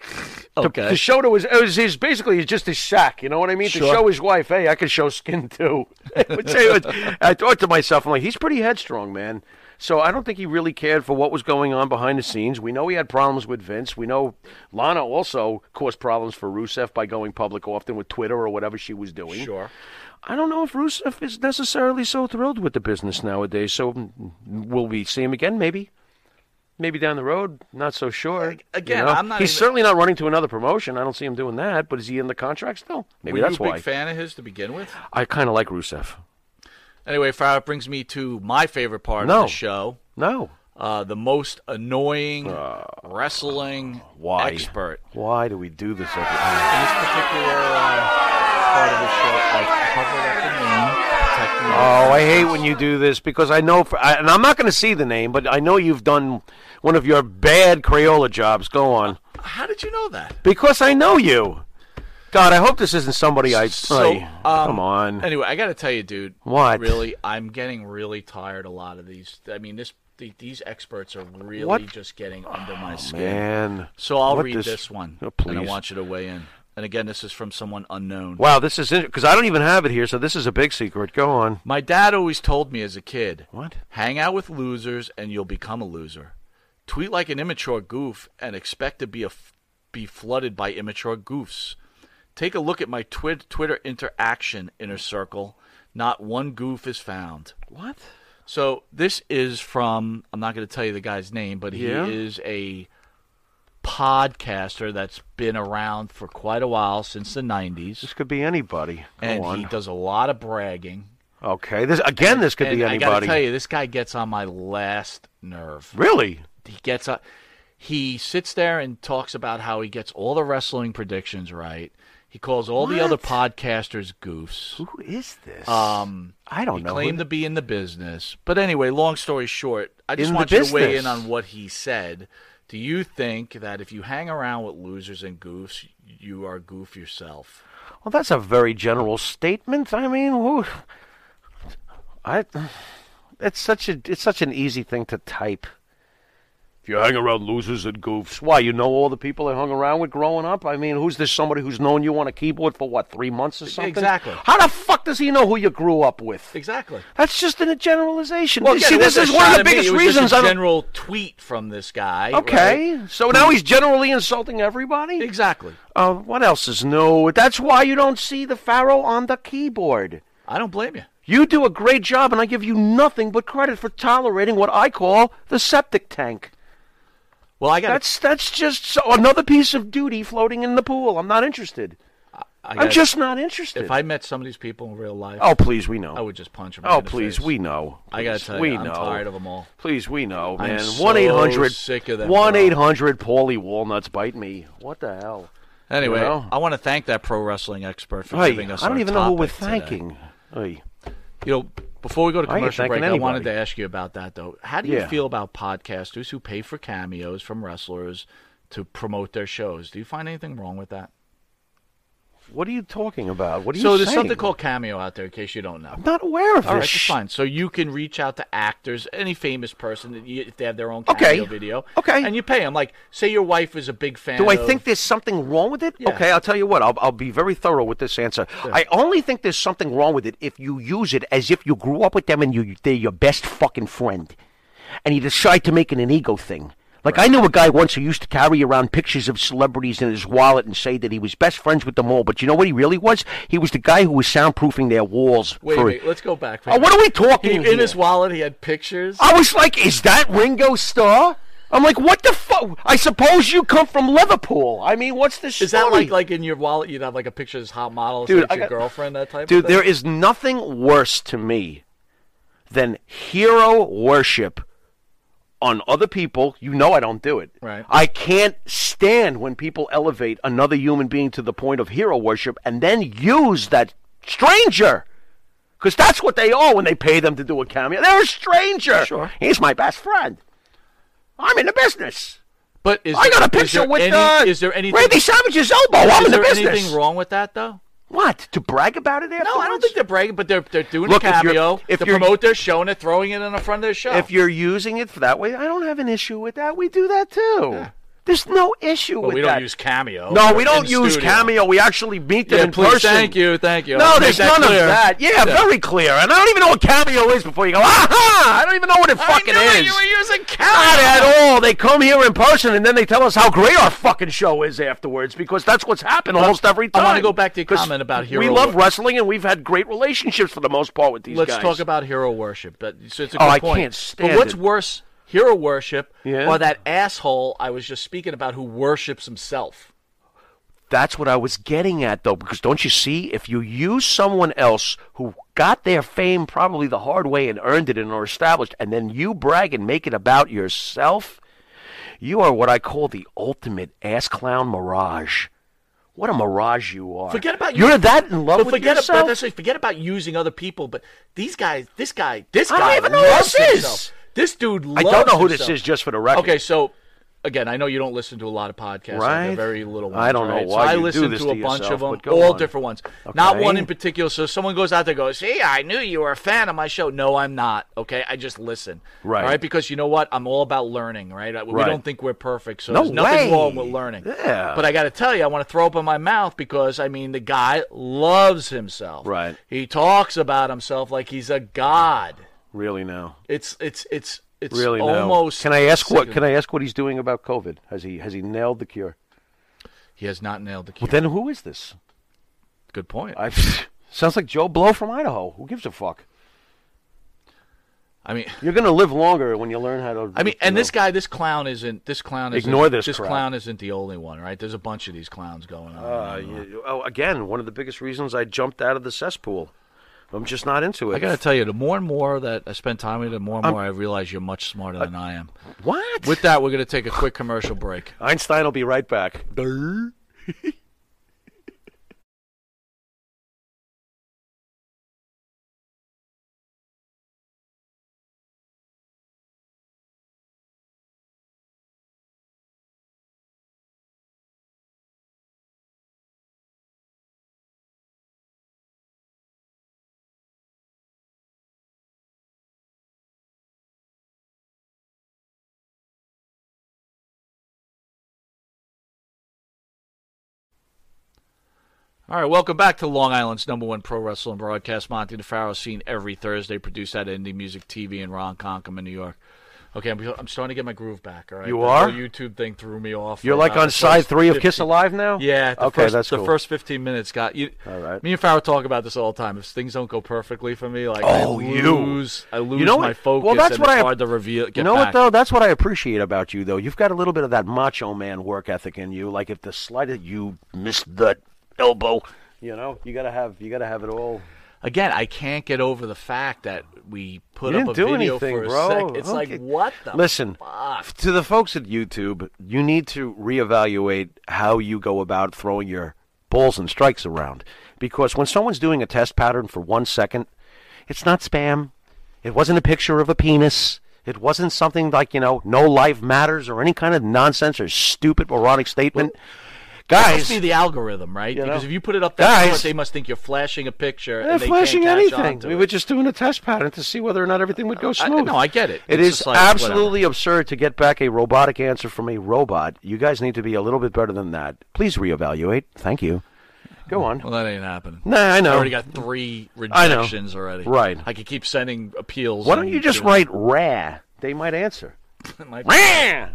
Speaker 12: to,
Speaker 2: Okay.
Speaker 12: to show to his, it was his basically it's just his sack. You know what I mean? To
Speaker 2: Sure.
Speaker 12: show his wife, hey, I can show skin too. I would say it was- I thought to myself, I'm like, he's pretty headstrong, man. So I don't think he really cared for what was going on behind the scenes. We know he had problems with Vince. We know Lana also caused problems for Rusev by going public often with Twitter or whatever she was doing.
Speaker 2: Sure.
Speaker 12: I don't know if Rusev is necessarily so thrilled with the business nowadays. So mm, will we see him again? Maybe. Maybe down the road, not so sure.
Speaker 2: again, I'm not
Speaker 12: He's
Speaker 2: even-
Speaker 12: certainly not running to another promotion. I don't see him doing that. But is he in the contract still? Maybe
Speaker 2: Were
Speaker 12: that's
Speaker 2: you a big
Speaker 12: why.
Speaker 2: fan of his to begin with?
Speaker 12: I kind of like Rusev.
Speaker 2: Anyway, Farrah brings me to my favorite part of
Speaker 12: No.
Speaker 2: the show.
Speaker 12: No,
Speaker 2: Uh, the most annoying wrestling
Speaker 12: Uh, why?
Speaker 2: expert.
Speaker 12: Why do we do this? Every... time?
Speaker 2: In this particular uh, part of the show, I covered up the name. technically.
Speaker 12: Oh, I hate when you do this because I know, for, I, and I'm not going to see the name, but I know you've done one of your bad Crayola jobs. Go on,
Speaker 2: How did you know that?
Speaker 12: because I know you. God, I hope this isn't somebody I.
Speaker 2: So,
Speaker 12: Ay,
Speaker 2: um,
Speaker 12: come on.
Speaker 2: Anyway, I got to tell you, dude.
Speaker 12: What?
Speaker 2: Really, I'm getting really tired. A lot of these. I mean, this the, these experts are really
Speaker 12: What? Oh,
Speaker 2: just getting under my skin.
Speaker 12: Man.
Speaker 2: So I'll
Speaker 12: What
Speaker 2: read this one,
Speaker 12: Oh,
Speaker 2: and I
Speaker 12: please.
Speaker 2: want you to weigh in. And again, this is from someone unknown.
Speaker 12: Wow, this is because I don't even have it here, so this is a big secret. Go on.
Speaker 2: My dad always told me as a kid,
Speaker 12: What?
Speaker 2: Hang out with losers and you'll become a loser. Tweet like an immature goof and expect to be a f- be flooded by immature goofs. Take a look at my twi- Twitter interaction inner circle. Not one goof is found.
Speaker 12: What?
Speaker 2: So this is from I'm not going to tell you the guy's name, but he
Speaker 12: Yeah.
Speaker 2: is a podcaster that's been around for quite a while since the 90s
Speaker 12: This could be anybody. Go
Speaker 2: and
Speaker 12: on.
Speaker 2: he does a lot of bragging.
Speaker 12: Okay. This again. This could
Speaker 2: and
Speaker 12: be
Speaker 2: I gotta
Speaker 12: anybody.
Speaker 2: tell you, this guy gets on my last nerve.
Speaker 12: really?
Speaker 2: He gets on. He sits there and talks about how he gets all the wrestling predictions right. He calls all the other podcasters goofs.
Speaker 12: Who is this?
Speaker 2: Um,
Speaker 12: I don't
Speaker 2: he
Speaker 12: know.
Speaker 2: Claimed to
Speaker 12: who-
Speaker 2: be in the business, but anyway, long story short, I just
Speaker 12: In the
Speaker 2: want you to weigh in
Speaker 12: business.
Speaker 2: on what he said. Do you think that if you hang around with losers and goofs, you are a goof yourself?
Speaker 12: Well, that's a very general statement. I mean, who? I. It's such a. It's such an easy thing to type. If you hang around losers and goofs, why? You know all the people I hung around with growing up? I mean, who's this somebody who's known you on a keyboard for what, three months or something?
Speaker 2: Exactly.
Speaker 12: How the fuck does he know who you grew up with?
Speaker 2: Exactly.
Speaker 12: That's just in a generalization.
Speaker 2: Well,
Speaker 12: You
Speaker 2: again,
Speaker 12: see,
Speaker 2: it
Speaker 12: this
Speaker 2: wasn't
Speaker 12: is
Speaker 2: a
Speaker 12: one of
Speaker 2: shot
Speaker 12: the
Speaker 2: at me,
Speaker 12: biggest
Speaker 2: it was just
Speaker 12: reasons
Speaker 2: a
Speaker 12: I don't.
Speaker 2: general tweet from this guy.
Speaker 12: Okay,
Speaker 2: right?
Speaker 12: so now he's generally insulting everybody.
Speaker 2: Exactly.
Speaker 12: Uh, what else is new? That's why you don't see the Pharaoh on the keyboard.
Speaker 2: I don't blame you.
Speaker 12: You do a great job, and I give you nothing but credit for tolerating what I call the septic tank.
Speaker 2: Well, I got
Speaker 12: that's that's just so, another piece of duty floating in the pool. I'm not interested.
Speaker 2: I
Speaker 12: I'm
Speaker 2: gotta-
Speaker 12: just not interested.
Speaker 2: If I met some of these people in real life,
Speaker 12: Oh, please, we know.
Speaker 2: I would just punch them.
Speaker 12: Oh, please, we know.
Speaker 2: I gotta
Speaker 12: Please,
Speaker 2: tell you,
Speaker 12: we
Speaker 2: I'm
Speaker 12: know.
Speaker 2: tired of 'em all.
Speaker 12: Please, we know,
Speaker 2: I'm
Speaker 12: man.
Speaker 2: so
Speaker 12: One eight hundred
Speaker 2: sick of them, bro.
Speaker 12: One eight hundred. Paulie Walnuts bite me. What the hell?
Speaker 2: Anyway,
Speaker 12: You know?
Speaker 2: I want to thank that pro wrestling expert for
Speaker 12: Hey,
Speaker 2: giving us.
Speaker 12: I don't
Speaker 2: our
Speaker 12: even know who we're
Speaker 2: topic today.
Speaker 12: thanking. Hey.
Speaker 2: You know, before we go to
Speaker 12: I ain't
Speaker 2: commercial
Speaker 12: thanking
Speaker 2: break, I wanted to
Speaker 12: anybody.
Speaker 2: ask you about that though. How do you
Speaker 12: Yeah.
Speaker 2: feel about podcasters who pay for cameos from wrestlers to promote their shows? Do you find anything wrong with that?
Speaker 12: What are you talking about? What are
Speaker 2: so
Speaker 12: you
Speaker 2: there's
Speaker 12: saying?
Speaker 2: something called Cameo out there, in case you don't know. I'm
Speaker 12: not aware of
Speaker 2: All right,
Speaker 12: this.
Speaker 2: that's fine. So you can reach out to actors, any famous person, that you, if they have their own
Speaker 12: Okay.
Speaker 2: Cameo video.
Speaker 12: Okay.
Speaker 2: And you pay them. Like, say your wife is a big fan.
Speaker 12: Do I
Speaker 2: of-
Speaker 12: think there's something wrong with it?
Speaker 2: Yeah.
Speaker 12: Okay, I'll tell you what. I'll, I'll be very thorough with this answer. I only think there's something wrong with it if you use it as if you grew up with them and you they're your best fucking friend, and you decide to make it an ego thing. Like I knew a guy once who used to carry around pictures of celebrities in his wallet and say that he was best friends with them all. But you know what he really was? He was the guy who was soundproofing their walls.
Speaker 2: Wait,
Speaker 12: for-
Speaker 2: wait, let's go back. for a
Speaker 12: Oh, what
Speaker 2: minute.
Speaker 12: are we talking
Speaker 2: He-
Speaker 12: here?
Speaker 2: In his wallet, he had pictures.
Speaker 12: I was like, is that Ringo Starr? I'm like, what the fuck? I suppose you come from Liverpool. I mean, what's this
Speaker 2: Is that like like in your wallet? You'd have like a picture of this hot model, so
Speaker 12: Dude,
Speaker 2: it's
Speaker 12: I
Speaker 2: your
Speaker 12: got-
Speaker 2: girlfriend, that type.
Speaker 12: Dude,
Speaker 2: of thing?
Speaker 12: there is nothing worse to me than hero worship on other people. You know I don't do it.
Speaker 2: Right.
Speaker 12: I can't stand when people elevate another human being to the point of hero worship and then use that stranger. Because that's what they are when they pay them to do a cameo. They're a stranger.
Speaker 2: Sure.
Speaker 12: He's my best friend. I'm in the business.
Speaker 2: But is
Speaker 12: I
Speaker 2: there-
Speaker 12: got a
Speaker 2: is
Speaker 12: picture
Speaker 2: there
Speaker 12: with
Speaker 2: any-
Speaker 12: uh,
Speaker 2: is there anything-
Speaker 12: Randy Savage's elbow. I'm
Speaker 2: is
Speaker 12: in the
Speaker 2: there
Speaker 12: business.
Speaker 2: anything wrong with that though?
Speaker 12: What? To brag about it afterwards?
Speaker 2: No, I don't think they're bragging, but they're they're doing
Speaker 12: Look,
Speaker 2: a
Speaker 12: if you're-
Speaker 2: cameo
Speaker 12: if
Speaker 2: to
Speaker 12: you're-
Speaker 2: promote their show and they're throwing it in the front of their show.
Speaker 12: If you're using it for that way, I don't have an issue with that. We do that too. There's no issue
Speaker 2: but
Speaker 12: with
Speaker 2: we don't
Speaker 12: that.
Speaker 2: use cameo.
Speaker 12: no, we
Speaker 2: in
Speaker 12: don't use
Speaker 2: studio.
Speaker 12: cameo. We actually meet them
Speaker 2: Yeah,
Speaker 12: in
Speaker 2: please,
Speaker 12: person.
Speaker 2: thank you, thank you.
Speaker 12: No,
Speaker 2: Make
Speaker 12: there's
Speaker 2: that
Speaker 12: none
Speaker 2: clear.
Speaker 12: of that. Yeah,
Speaker 2: Yeah.
Speaker 12: very clear. And I don't even know what cameo is before you go, aha! I don't even know what it fucking
Speaker 2: I knew
Speaker 12: is.
Speaker 2: You were using
Speaker 12: Not
Speaker 2: cameo.
Speaker 12: at all. They come here in person and then they tell us how great our fucking show is afterwards because that's what's happened almost every
Speaker 2: I
Speaker 12: time.
Speaker 2: wanna go back to your
Speaker 12: 'Cause
Speaker 2: comment about
Speaker 12: We
Speaker 2: hero
Speaker 12: love
Speaker 2: wor-
Speaker 12: wrestling and we've had great relationships for the most part with these
Speaker 2: Let's
Speaker 12: guys.
Speaker 2: talk about hero worship. But so it's a
Speaker 12: Oh,
Speaker 2: good
Speaker 12: I
Speaker 2: point.
Speaker 12: can't stand
Speaker 2: But what's
Speaker 12: it.
Speaker 2: worse, hero worship
Speaker 12: Yeah.
Speaker 2: or that asshole I was just speaking about who worships himself?
Speaker 12: That's what I was getting at, though, because don't you see, if you use someone else who got their fame probably the hard way and earned it and are established, and then you brag and make it about yourself, you are what I call the ultimate ass clown mirage. What a mirage you are!
Speaker 2: Forget about
Speaker 12: you're
Speaker 2: you-
Speaker 12: that in love
Speaker 2: But
Speaker 12: with
Speaker 2: forget
Speaker 12: yourself.
Speaker 2: about that's right, forget about using other people. But these guys, this guy, this
Speaker 12: I
Speaker 2: guy
Speaker 12: don't even know who
Speaker 2: loves
Speaker 12: this is.
Speaker 2: himself. This dude.
Speaker 12: I
Speaker 2: Loves
Speaker 12: don't know who this
Speaker 2: himself.
Speaker 12: is, just for the record.
Speaker 2: Okay, so again, I know you don't listen to a lot of podcasts. Right?
Speaker 12: Right?
Speaker 2: Very little ones.
Speaker 12: I don't know
Speaker 2: right?
Speaker 12: why
Speaker 2: so I
Speaker 12: you do
Speaker 2: listen
Speaker 12: this
Speaker 2: to a
Speaker 12: to
Speaker 2: bunch
Speaker 12: yourself,
Speaker 2: of them,
Speaker 12: but go
Speaker 2: all
Speaker 12: on.
Speaker 2: different ones. Not
Speaker 12: Okay.
Speaker 2: one in particular. So someone goes out there and goes, "Hey, I knew you were a fan of my show." No, I'm not. Okay, I just listen.
Speaker 12: Right.
Speaker 2: All right, because you know what? I'm all about learning. Right. We
Speaker 12: Right.
Speaker 2: don't think we're perfect, so
Speaker 12: No
Speaker 2: there's nothing
Speaker 12: way.
Speaker 2: wrong with learning.
Speaker 12: Yeah.
Speaker 2: But I got to tell you, I want to throw open my mouth because I mean, the guy loves himself.
Speaker 12: Right.
Speaker 2: He talks about himself like he's a god.
Speaker 12: Really now,
Speaker 2: It's it's it's it's
Speaker 12: really now.
Speaker 2: almost.
Speaker 12: Can I ask what?
Speaker 2: sickening.
Speaker 12: Can I ask what he's doing about COVID? Has he has he nailed the cure?
Speaker 2: He has not nailed the cure.
Speaker 12: Well, then who is this?
Speaker 2: Good point.
Speaker 12: I, sounds like Joe Blow from Idaho. Who gives a fuck?
Speaker 2: I mean,
Speaker 12: you're gonna live longer when you learn how to.
Speaker 2: I mean,
Speaker 12: you
Speaker 2: and
Speaker 12: know.
Speaker 2: this guy, this clown isn't. This clown isn't.
Speaker 12: Ignore this crap.
Speaker 2: clown isn't the only one, right? There's a bunch of these clowns going on.
Speaker 12: Uh, you, oh, again, one of the biggest reasons I jumped out of the cesspool. I'm just not into it.
Speaker 2: I gotta tell you, the more and more that I spend time with you, the more and more I realize you're much smarter than I am.
Speaker 12: What?
Speaker 2: With that, we're gonna take a quick commercial break.
Speaker 12: Einstein will be right back.
Speaker 2: All right, welcome back to Long Island's number one pro wrestling broadcast. Monty DeFaro, seen every Thursday, produced at Indie Music TV in Ron Conkham in New York. Okay, I'm, I'm starting to get my groove back. All right,
Speaker 16: You
Speaker 2: The
Speaker 16: are?
Speaker 2: whole YouTube thing threw me off.
Speaker 16: You're
Speaker 2: for
Speaker 16: like
Speaker 2: about
Speaker 16: on
Speaker 2: the
Speaker 16: side
Speaker 2: first
Speaker 16: three of Kiss
Speaker 2: 15
Speaker 16: Alive now?
Speaker 2: Yeah. The
Speaker 16: Okay,
Speaker 2: first,
Speaker 16: that's
Speaker 2: the
Speaker 16: cool.
Speaker 2: first 15 minutes got you. All right. Me and Farrow talk about this all the time. If things don't go perfectly for me, like
Speaker 16: Oh,
Speaker 2: I
Speaker 16: you.
Speaker 2: lose, I lose
Speaker 16: you know
Speaker 2: my
Speaker 16: what?
Speaker 2: focus.
Speaker 16: Well, that's
Speaker 2: and
Speaker 16: what
Speaker 2: it's
Speaker 16: I
Speaker 2: hard to reveal. Get
Speaker 16: you know
Speaker 2: back.
Speaker 16: what though? That's what I appreciate about you though. You've got a little bit of that macho man work ethic in you. Like if the slightest you miss the elbow, you know, you gotta have you gotta have it all.
Speaker 2: Again, I can't get over the fact that we put
Speaker 16: You
Speaker 2: up
Speaker 16: didn't
Speaker 2: a
Speaker 16: do
Speaker 2: video
Speaker 16: anything,
Speaker 2: for a
Speaker 16: bro.
Speaker 2: sec. It's
Speaker 16: Okay.
Speaker 2: like what the
Speaker 12: Listen,
Speaker 2: fuck?
Speaker 12: to the folks at YouTube, you need to reevaluate how you go about throwing your balls and strikes around. Because when someone's doing a test pattern for one second, it's not spam. It wasn't a picture of a penis. It wasn't something like, you know, no life matters or any kind of nonsense or stupid moronic statement.
Speaker 2: That must
Speaker 12: Guys,
Speaker 2: be the algorithm, right? because if you put it up that
Speaker 12: Guys.
Speaker 2: short, they must think you're flashing a picture.
Speaker 16: They're
Speaker 2: and they
Speaker 16: flashing
Speaker 2: can't catch
Speaker 16: anything.
Speaker 2: on to
Speaker 16: We
Speaker 2: it.
Speaker 16: were just doing a test pattern to see whether or not everything would go
Speaker 2: I-
Speaker 16: smooth.
Speaker 2: no, I get it.
Speaker 12: It
Speaker 2: It's
Speaker 12: is
Speaker 2: just like,
Speaker 12: absolutely absurd to get back a robotic answer from a robot. You guys need to be a little bit better than that. Please reevaluate. Thank you. Go on.
Speaker 2: Well, that ain't happening.
Speaker 12: Nah, I know.
Speaker 2: I already got three
Speaker 12: I know.
Speaker 2: rejections already.
Speaker 12: Right.
Speaker 2: I could keep sending appeals.
Speaker 12: Why don't
Speaker 2: and
Speaker 12: you just
Speaker 2: doing-
Speaker 12: write "rah"? They might answer.
Speaker 2: It might be-
Speaker 12: Rah!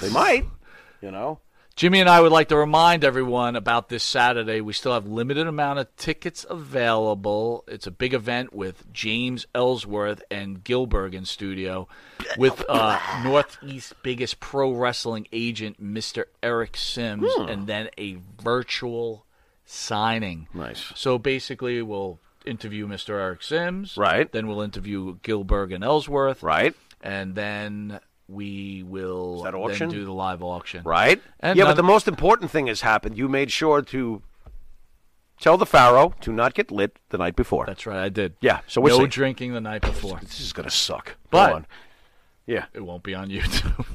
Speaker 12: They might. You know.
Speaker 2: Jimmy and I would like to remind everyone about this Saturday. We still have limited amount of tickets available. It's a big event with James Ellsworth and Gilberg in studio with uh, Northeast biggest pro wrestling agent Mr. Eric Sims
Speaker 16: Hmm.
Speaker 2: and then a virtual signing.
Speaker 16: Nice.
Speaker 2: So basically we'll interview Mr. Eric Sims.
Speaker 12: Right.
Speaker 2: Then we'll interview Gilberg and Ellsworth.
Speaker 12: Right.
Speaker 2: And then we will
Speaker 12: that
Speaker 2: then
Speaker 12: auction?
Speaker 2: do the live auction.
Speaker 12: Right?
Speaker 2: And
Speaker 12: yeah,
Speaker 2: none-
Speaker 12: but the most important thing has happened. You made sure to tell the Pharaoh to not get lit the night before.
Speaker 2: That's right, I did.
Speaker 12: Yeah, so we're
Speaker 2: no
Speaker 12: safe.
Speaker 2: drinking the night before.
Speaker 12: This is gonna suck.
Speaker 2: But
Speaker 12: Go on. yeah,
Speaker 2: it won't be on YouTube.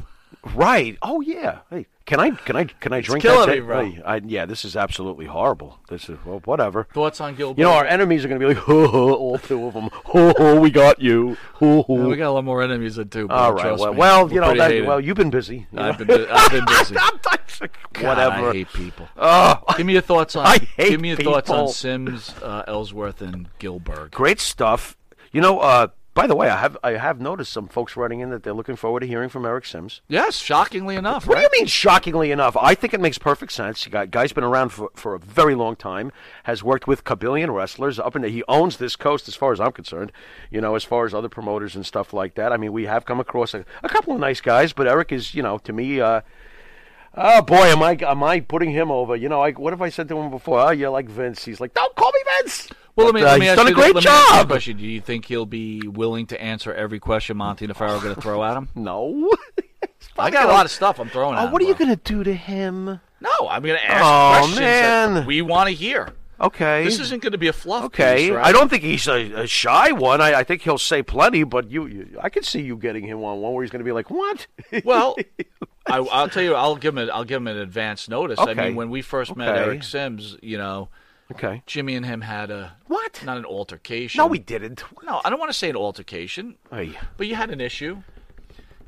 Speaker 12: Right. Oh yeah. Hey, can I can I can I drink
Speaker 2: killing
Speaker 12: that?
Speaker 2: me, bro.
Speaker 12: Hey, I, yeah, this is absolutely horrible. This is well, whatever.
Speaker 2: Thoughts on Gilbert?
Speaker 12: You know, our enemies are going to be like, ho, ho, all two of them. Ho, ho, we got you. Ho, ho.
Speaker 2: Yeah, Uh, we got a lot more enemies than two. bro,
Speaker 12: All right.
Speaker 2: trust
Speaker 12: Well,
Speaker 2: me.
Speaker 12: well
Speaker 2: We're
Speaker 12: you know,
Speaker 2: pretty
Speaker 12: that,
Speaker 2: hated.
Speaker 12: well, you've been busy. you
Speaker 2: I've
Speaker 12: know?
Speaker 2: been, bu- I've been busy. God,
Speaker 12: Whatever.
Speaker 2: I hate people.
Speaker 12: Oh.
Speaker 2: give me your thoughts on.
Speaker 12: I hate
Speaker 2: give me your thoughts on
Speaker 12: people.
Speaker 2: Sims, uh, Ellsworth, and Gilbert.
Speaker 12: Great stuff. You know, uh, by the way, I have I have noticed some folks writing in that they're looking forward to hearing from Eric Sims.
Speaker 2: Yes, shockingly enough.
Speaker 12: What
Speaker 2: right?
Speaker 12: do you mean, shockingly enough? I think it makes perfect sense. The guy- guy's been around for, for a very long time, has worked with Kabillion wrestlers up in the, He owns this coast as far as I'm concerned, you know, as far as other promoters and stuff like that. I mean, we have come across a, a couple of nice guys, but Eric is, you know, to me, uh, oh boy, am I, am I putting him over? You know, I, what have I said to him before? Oh, you're like Vince. He's like, don't call me Vince.
Speaker 2: Well, let me,
Speaker 12: But, uh,
Speaker 2: let me
Speaker 12: he's
Speaker 2: ask
Speaker 12: done
Speaker 2: you
Speaker 12: a
Speaker 2: this-
Speaker 12: great
Speaker 2: let me ask you this
Speaker 12: job.
Speaker 2: question. Do you think he'll be willing to answer every question Monty DeFaro going to throw at him?
Speaker 12: no.
Speaker 2: I got a lot of stuff I'm throwing at
Speaker 12: Oh,
Speaker 2: him.
Speaker 12: what are you going to do to him?
Speaker 2: No, I'm going to ask
Speaker 12: Oh,
Speaker 2: questions that
Speaker 12: man.
Speaker 2: we want to hear.
Speaker 12: Okay.
Speaker 2: This isn't going to be a fluff.
Speaker 12: Okay,
Speaker 2: piece, right?
Speaker 12: I don't think he's a, a shy one. I, I think he'll say plenty, but you, you, I could see you getting him on one where he's going to be like, "What?"
Speaker 2: Well, I, I'll tell you, I'll give him, a, I'll give him an advance notice. I
Speaker 12: Okay.
Speaker 2: mean, when we first met
Speaker 12: Okay.
Speaker 2: Eric Sims, you know,
Speaker 12: okay,
Speaker 2: Jimmy and him had a
Speaker 12: what?
Speaker 2: Not an altercation.
Speaker 12: No, we didn't.
Speaker 2: No, I don't want to say an altercation,
Speaker 12: Hey.
Speaker 2: but you had an issue.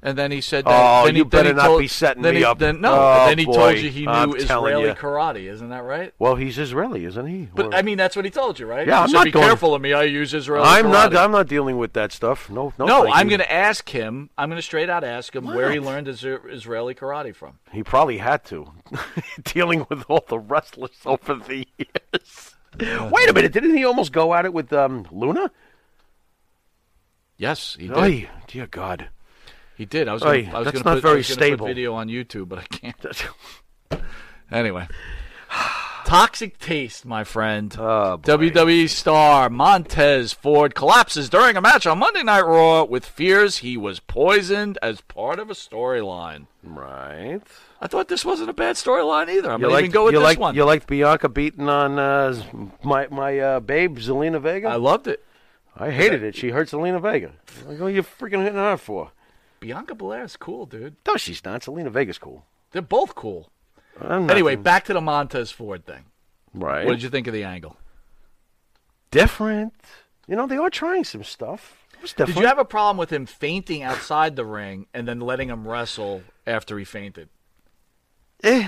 Speaker 2: And then he said, that,
Speaker 12: Oh,
Speaker 2: then he-
Speaker 12: you
Speaker 2: then
Speaker 12: better
Speaker 2: he
Speaker 12: not
Speaker 2: told-
Speaker 12: be setting
Speaker 2: then
Speaker 12: me
Speaker 2: he-
Speaker 12: up.
Speaker 2: Then, no,
Speaker 12: Oh,
Speaker 2: then he
Speaker 12: boy.
Speaker 2: told you he knew
Speaker 12: I'm telling
Speaker 2: Israeli
Speaker 12: you.
Speaker 2: karate, isn't that right?
Speaker 12: Well, he's Israeli, isn't he?
Speaker 2: But
Speaker 12: Or-
Speaker 2: I mean, that's what he told you, right?
Speaker 12: Yeah,
Speaker 2: He
Speaker 12: I'm
Speaker 2: said,
Speaker 12: not
Speaker 2: be
Speaker 12: going-
Speaker 2: careful of me. I use Israeli.
Speaker 12: I'm not.
Speaker 2: karate."
Speaker 12: I'm not dealing with that stuff. No, no.
Speaker 2: No,
Speaker 12: thank
Speaker 2: I'm
Speaker 12: you.
Speaker 2: going to ask him. I'm going to straight out ask him where he
Speaker 12: What?
Speaker 2: learned his Israeli karate from.
Speaker 12: He probably had to, dealing with all the wrestlers over the years. Wait a minute! Didn't he almost go at it with um, Luna?
Speaker 2: Yes, he did.
Speaker 12: Oy, dear God.
Speaker 2: He did. I was.
Speaker 12: Oy,
Speaker 2: gonna, I was
Speaker 12: that's
Speaker 2: gonna put,
Speaker 12: not very
Speaker 2: I was gonna put
Speaker 12: stable.
Speaker 2: video on YouTube, but I can't. anyway, toxic taste, my friend.
Speaker 12: Oh,
Speaker 2: WWE star Montez Ford collapses during a match on Monday Night Raw with fears he was poisoned as part of a storyline.
Speaker 12: Right.
Speaker 2: I thought this wasn't a bad storyline either. I'm
Speaker 12: you
Speaker 2: not
Speaker 12: liked,
Speaker 2: even go with
Speaker 12: you
Speaker 2: this
Speaker 12: liked-
Speaker 2: one.
Speaker 12: You liked Bianca beating on uh, z- my my uh, babe Zelina Vega. I
Speaker 2: loved it.
Speaker 12: I hated it. She hurt Zelina Vega. Like, what are you freaking hitting her for?
Speaker 2: Bianca Belair is cool, dude.
Speaker 12: No, she's not. Zelina Vega's cool.
Speaker 2: They're both cool.
Speaker 12: I'm not-
Speaker 2: Anyway, back to the Montez Ford thing.
Speaker 12: right?
Speaker 2: What did you think of the angle?
Speaker 12: different? You know, they are trying some stuff. It was different.
Speaker 2: Did you have a problem with him fainting outside the ring and then letting him wrestle after he fainted?
Speaker 12: Eh,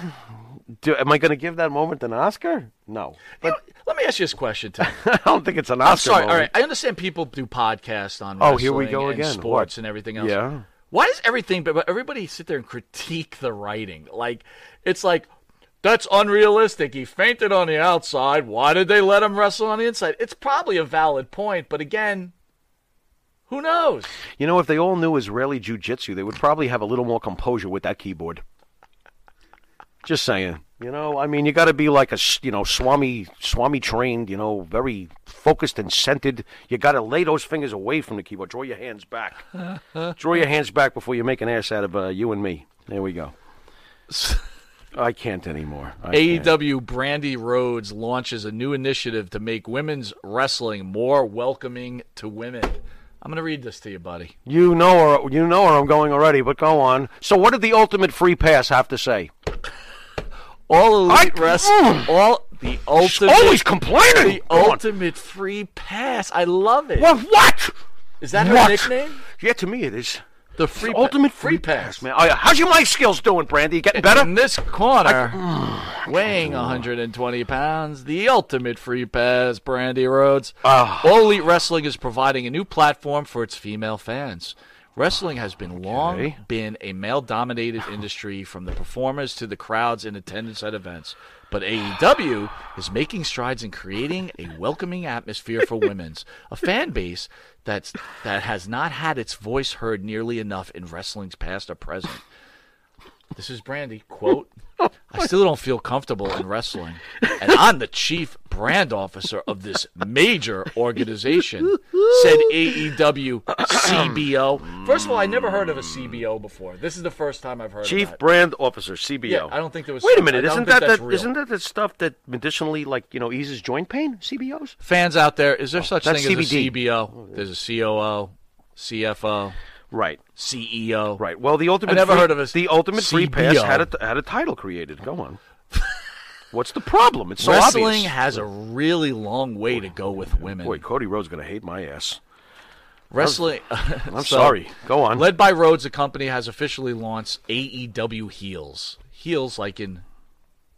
Speaker 12: Do, am I going to give that moment an Oscar? No. But
Speaker 2: Let me ask you this question, Tim.
Speaker 12: I don't think it's an
Speaker 2: I'm
Speaker 12: Oscar.
Speaker 2: sorry.
Speaker 12: moment.
Speaker 2: All right, I understand people do podcasts on.
Speaker 12: Oh, here we
Speaker 2: wrestling
Speaker 12: go
Speaker 2: and
Speaker 12: again.
Speaker 2: Sports
Speaker 12: What?
Speaker 2: and everything else.
Speaker 12: Yeah.
Speaker 2: Why does everything? But everybody sit there and critique the writing. Like it's like that's unrealistic. He fainted on the outside. Why did they let him wrestle on the inside? It's probably a valid point, but again, who knows?
Speaker 12: You know, if they all knew Israeli jiu-jitsu, they would probably have a little more composure with that keyboard. Just saying. You know, I mean, you got to be like a s- you know swami swami trained. You know, very focused and centered. You got to lay those fingers away from the keyboard. Draw your hands back. Draw your hands back before you make an ass out of uh, you and me. There we go. I can't anymore. I can't.
Speaker 2: AEW E Brandy Rhodes launches a new initiative to make women's wrestling more welcoming to women. I'm going to read this to you, buddy.
Speaker 12: You know, or you know, where I'm going already. But go on. So, what did the ultimate free pass have to say?
Speaker 2: All elite wrestling, all the ultimate.
Speaker 12: always complaining!
Speaker 2: The
Speaker 12: Go on.
Speaker 2: ultimate free pass. I love it.
Speaker 12: What? What?
Speaker 2: Is that her
Speaker 12: What?
Speaker 2: nickname?
Speaker 12: Yeah, to me it is.
Speaker 2: The free
Speaker 12: It's ultimate free pass, man. Oh, yeah. How's your mic skills doing, Brandy? You Getting better? Oh.
Speaker 2: In this corner, weighing 120 pounds, the ultimate free pass, Brandy Rhodes.
Speaker 12: Ah.
Speaker 2: All Elite Wrestling is providing a new platform for its female fans. Wrestling has been long been a male dominated industry from the performers to the crowds in attendance at events. But AEW is making strides in creating a welcoming atmosphere for women's, a fan base that's, that has not had its voice heard nearly enough in wrestling's past or present. This is Brandy. Quote
Speaker 12: Oh
Speaker 2: I still don't feel comfortable in wrestling, and I'm the chief brand officer of this major organization, said E AEW CBO. First of all, I never heard of a CBO before. This is the first time I've heard of
Speaker 12: Chief
Speaker 2: that.
Speaker 12: Brand Officer, CBO.
Speaker 2: Yeah, I don't think there was-
Speaker 12: Wait a
Speaker 2: I
Speaker 12: minute,
Speaker 2: don't
Speaker 12: isn't
Speaker 2: think
Speaker 12: that
Speaker 2: that's
Speaker 12: that
Speaker 2: real.
Speaker 12: isn't that the stuff that medicinally, like you know, eases joint pain? CBOs.
Speaker 2: Fans out there, is there such thing
Speaker 12: Oh, that's
Speaker 2: as a
Speaker 12: CBD.
Speaker 2: CBO? There's a COO, CFO,
Speaker 12: right?
Speaker 2: CEO,
Speaker 12: right? Well, the ultimate.
Speaker 2: I never
Speaker 12: free,
Speaker 2: heard of a
Speaker 12: The ultimate free pass
Speaker 2: CBO.
Speaker 12: had a, had a title created. Go on. What's the problem? It's so
Speaker 2: Wrestling
Speaker 12: obvious.
Speaker 2: has a really long way to go with women.
Speaker 12: Boy, Cody Rhodes gonna hate my ass.
Speaker 2: Wrestling.
Speaker 12: I'm
Speaker 2: So,
Speaker 12: sorry. Go on.
Speaker 2: Led by Rhodes, the company has officially launched AEW Heels. Heels, like in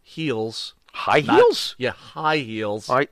Speaker 2: heels.
Speaker 12: High
Speaker 2: not-
Speaker 12: heels?
Speaker 2: Yeah, high heels.
Speaker 12: I,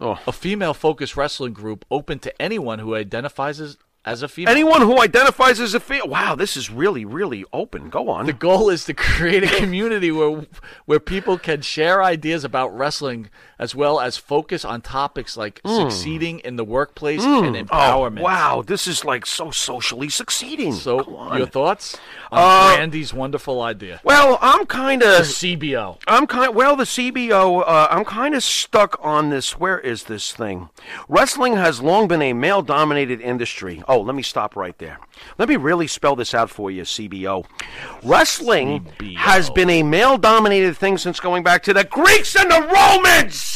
Speaker 12: oh.
Speaker 2: A female focused wrestling group open to anyone who identifies as, as a female.
Speaker 12: Anyone who identifies as a female. Wow, this is really, really open. Go on.
Speaker 2: The goal is to create a community where where people can share ideas about wrestling as well as focus on topics like
Speaker 12: Mm.
Speaker 2: succeeding in the workplace
Speaker 12: Mm.
Speaker 2: and
Speaker 12: Oh,
Speaker 2: empowerment.
Speaker 12: wow, this is like so socially succeeding. Come
Speaker 2: So,
Speaker 12: on.
Speaker 2: your thoughts on
Speaker 12: Uh,
Speaker 2: Brandy's wonderful idea?
Speaker 12: Well, I'm kind
Speaker 2: The
Speaker 12: of
Speaker 2: CBO.
Speaker 12: I'm kind well the CBO. Uh, I'm kind of stuck on this. Where is this thing? Wrestling has long been a male-dominated industry. Oh, let me stop right there. Let me really spell this out for you, CBO. Wrestling has been a male-dominated thing since going back to the Greeks and the Romans.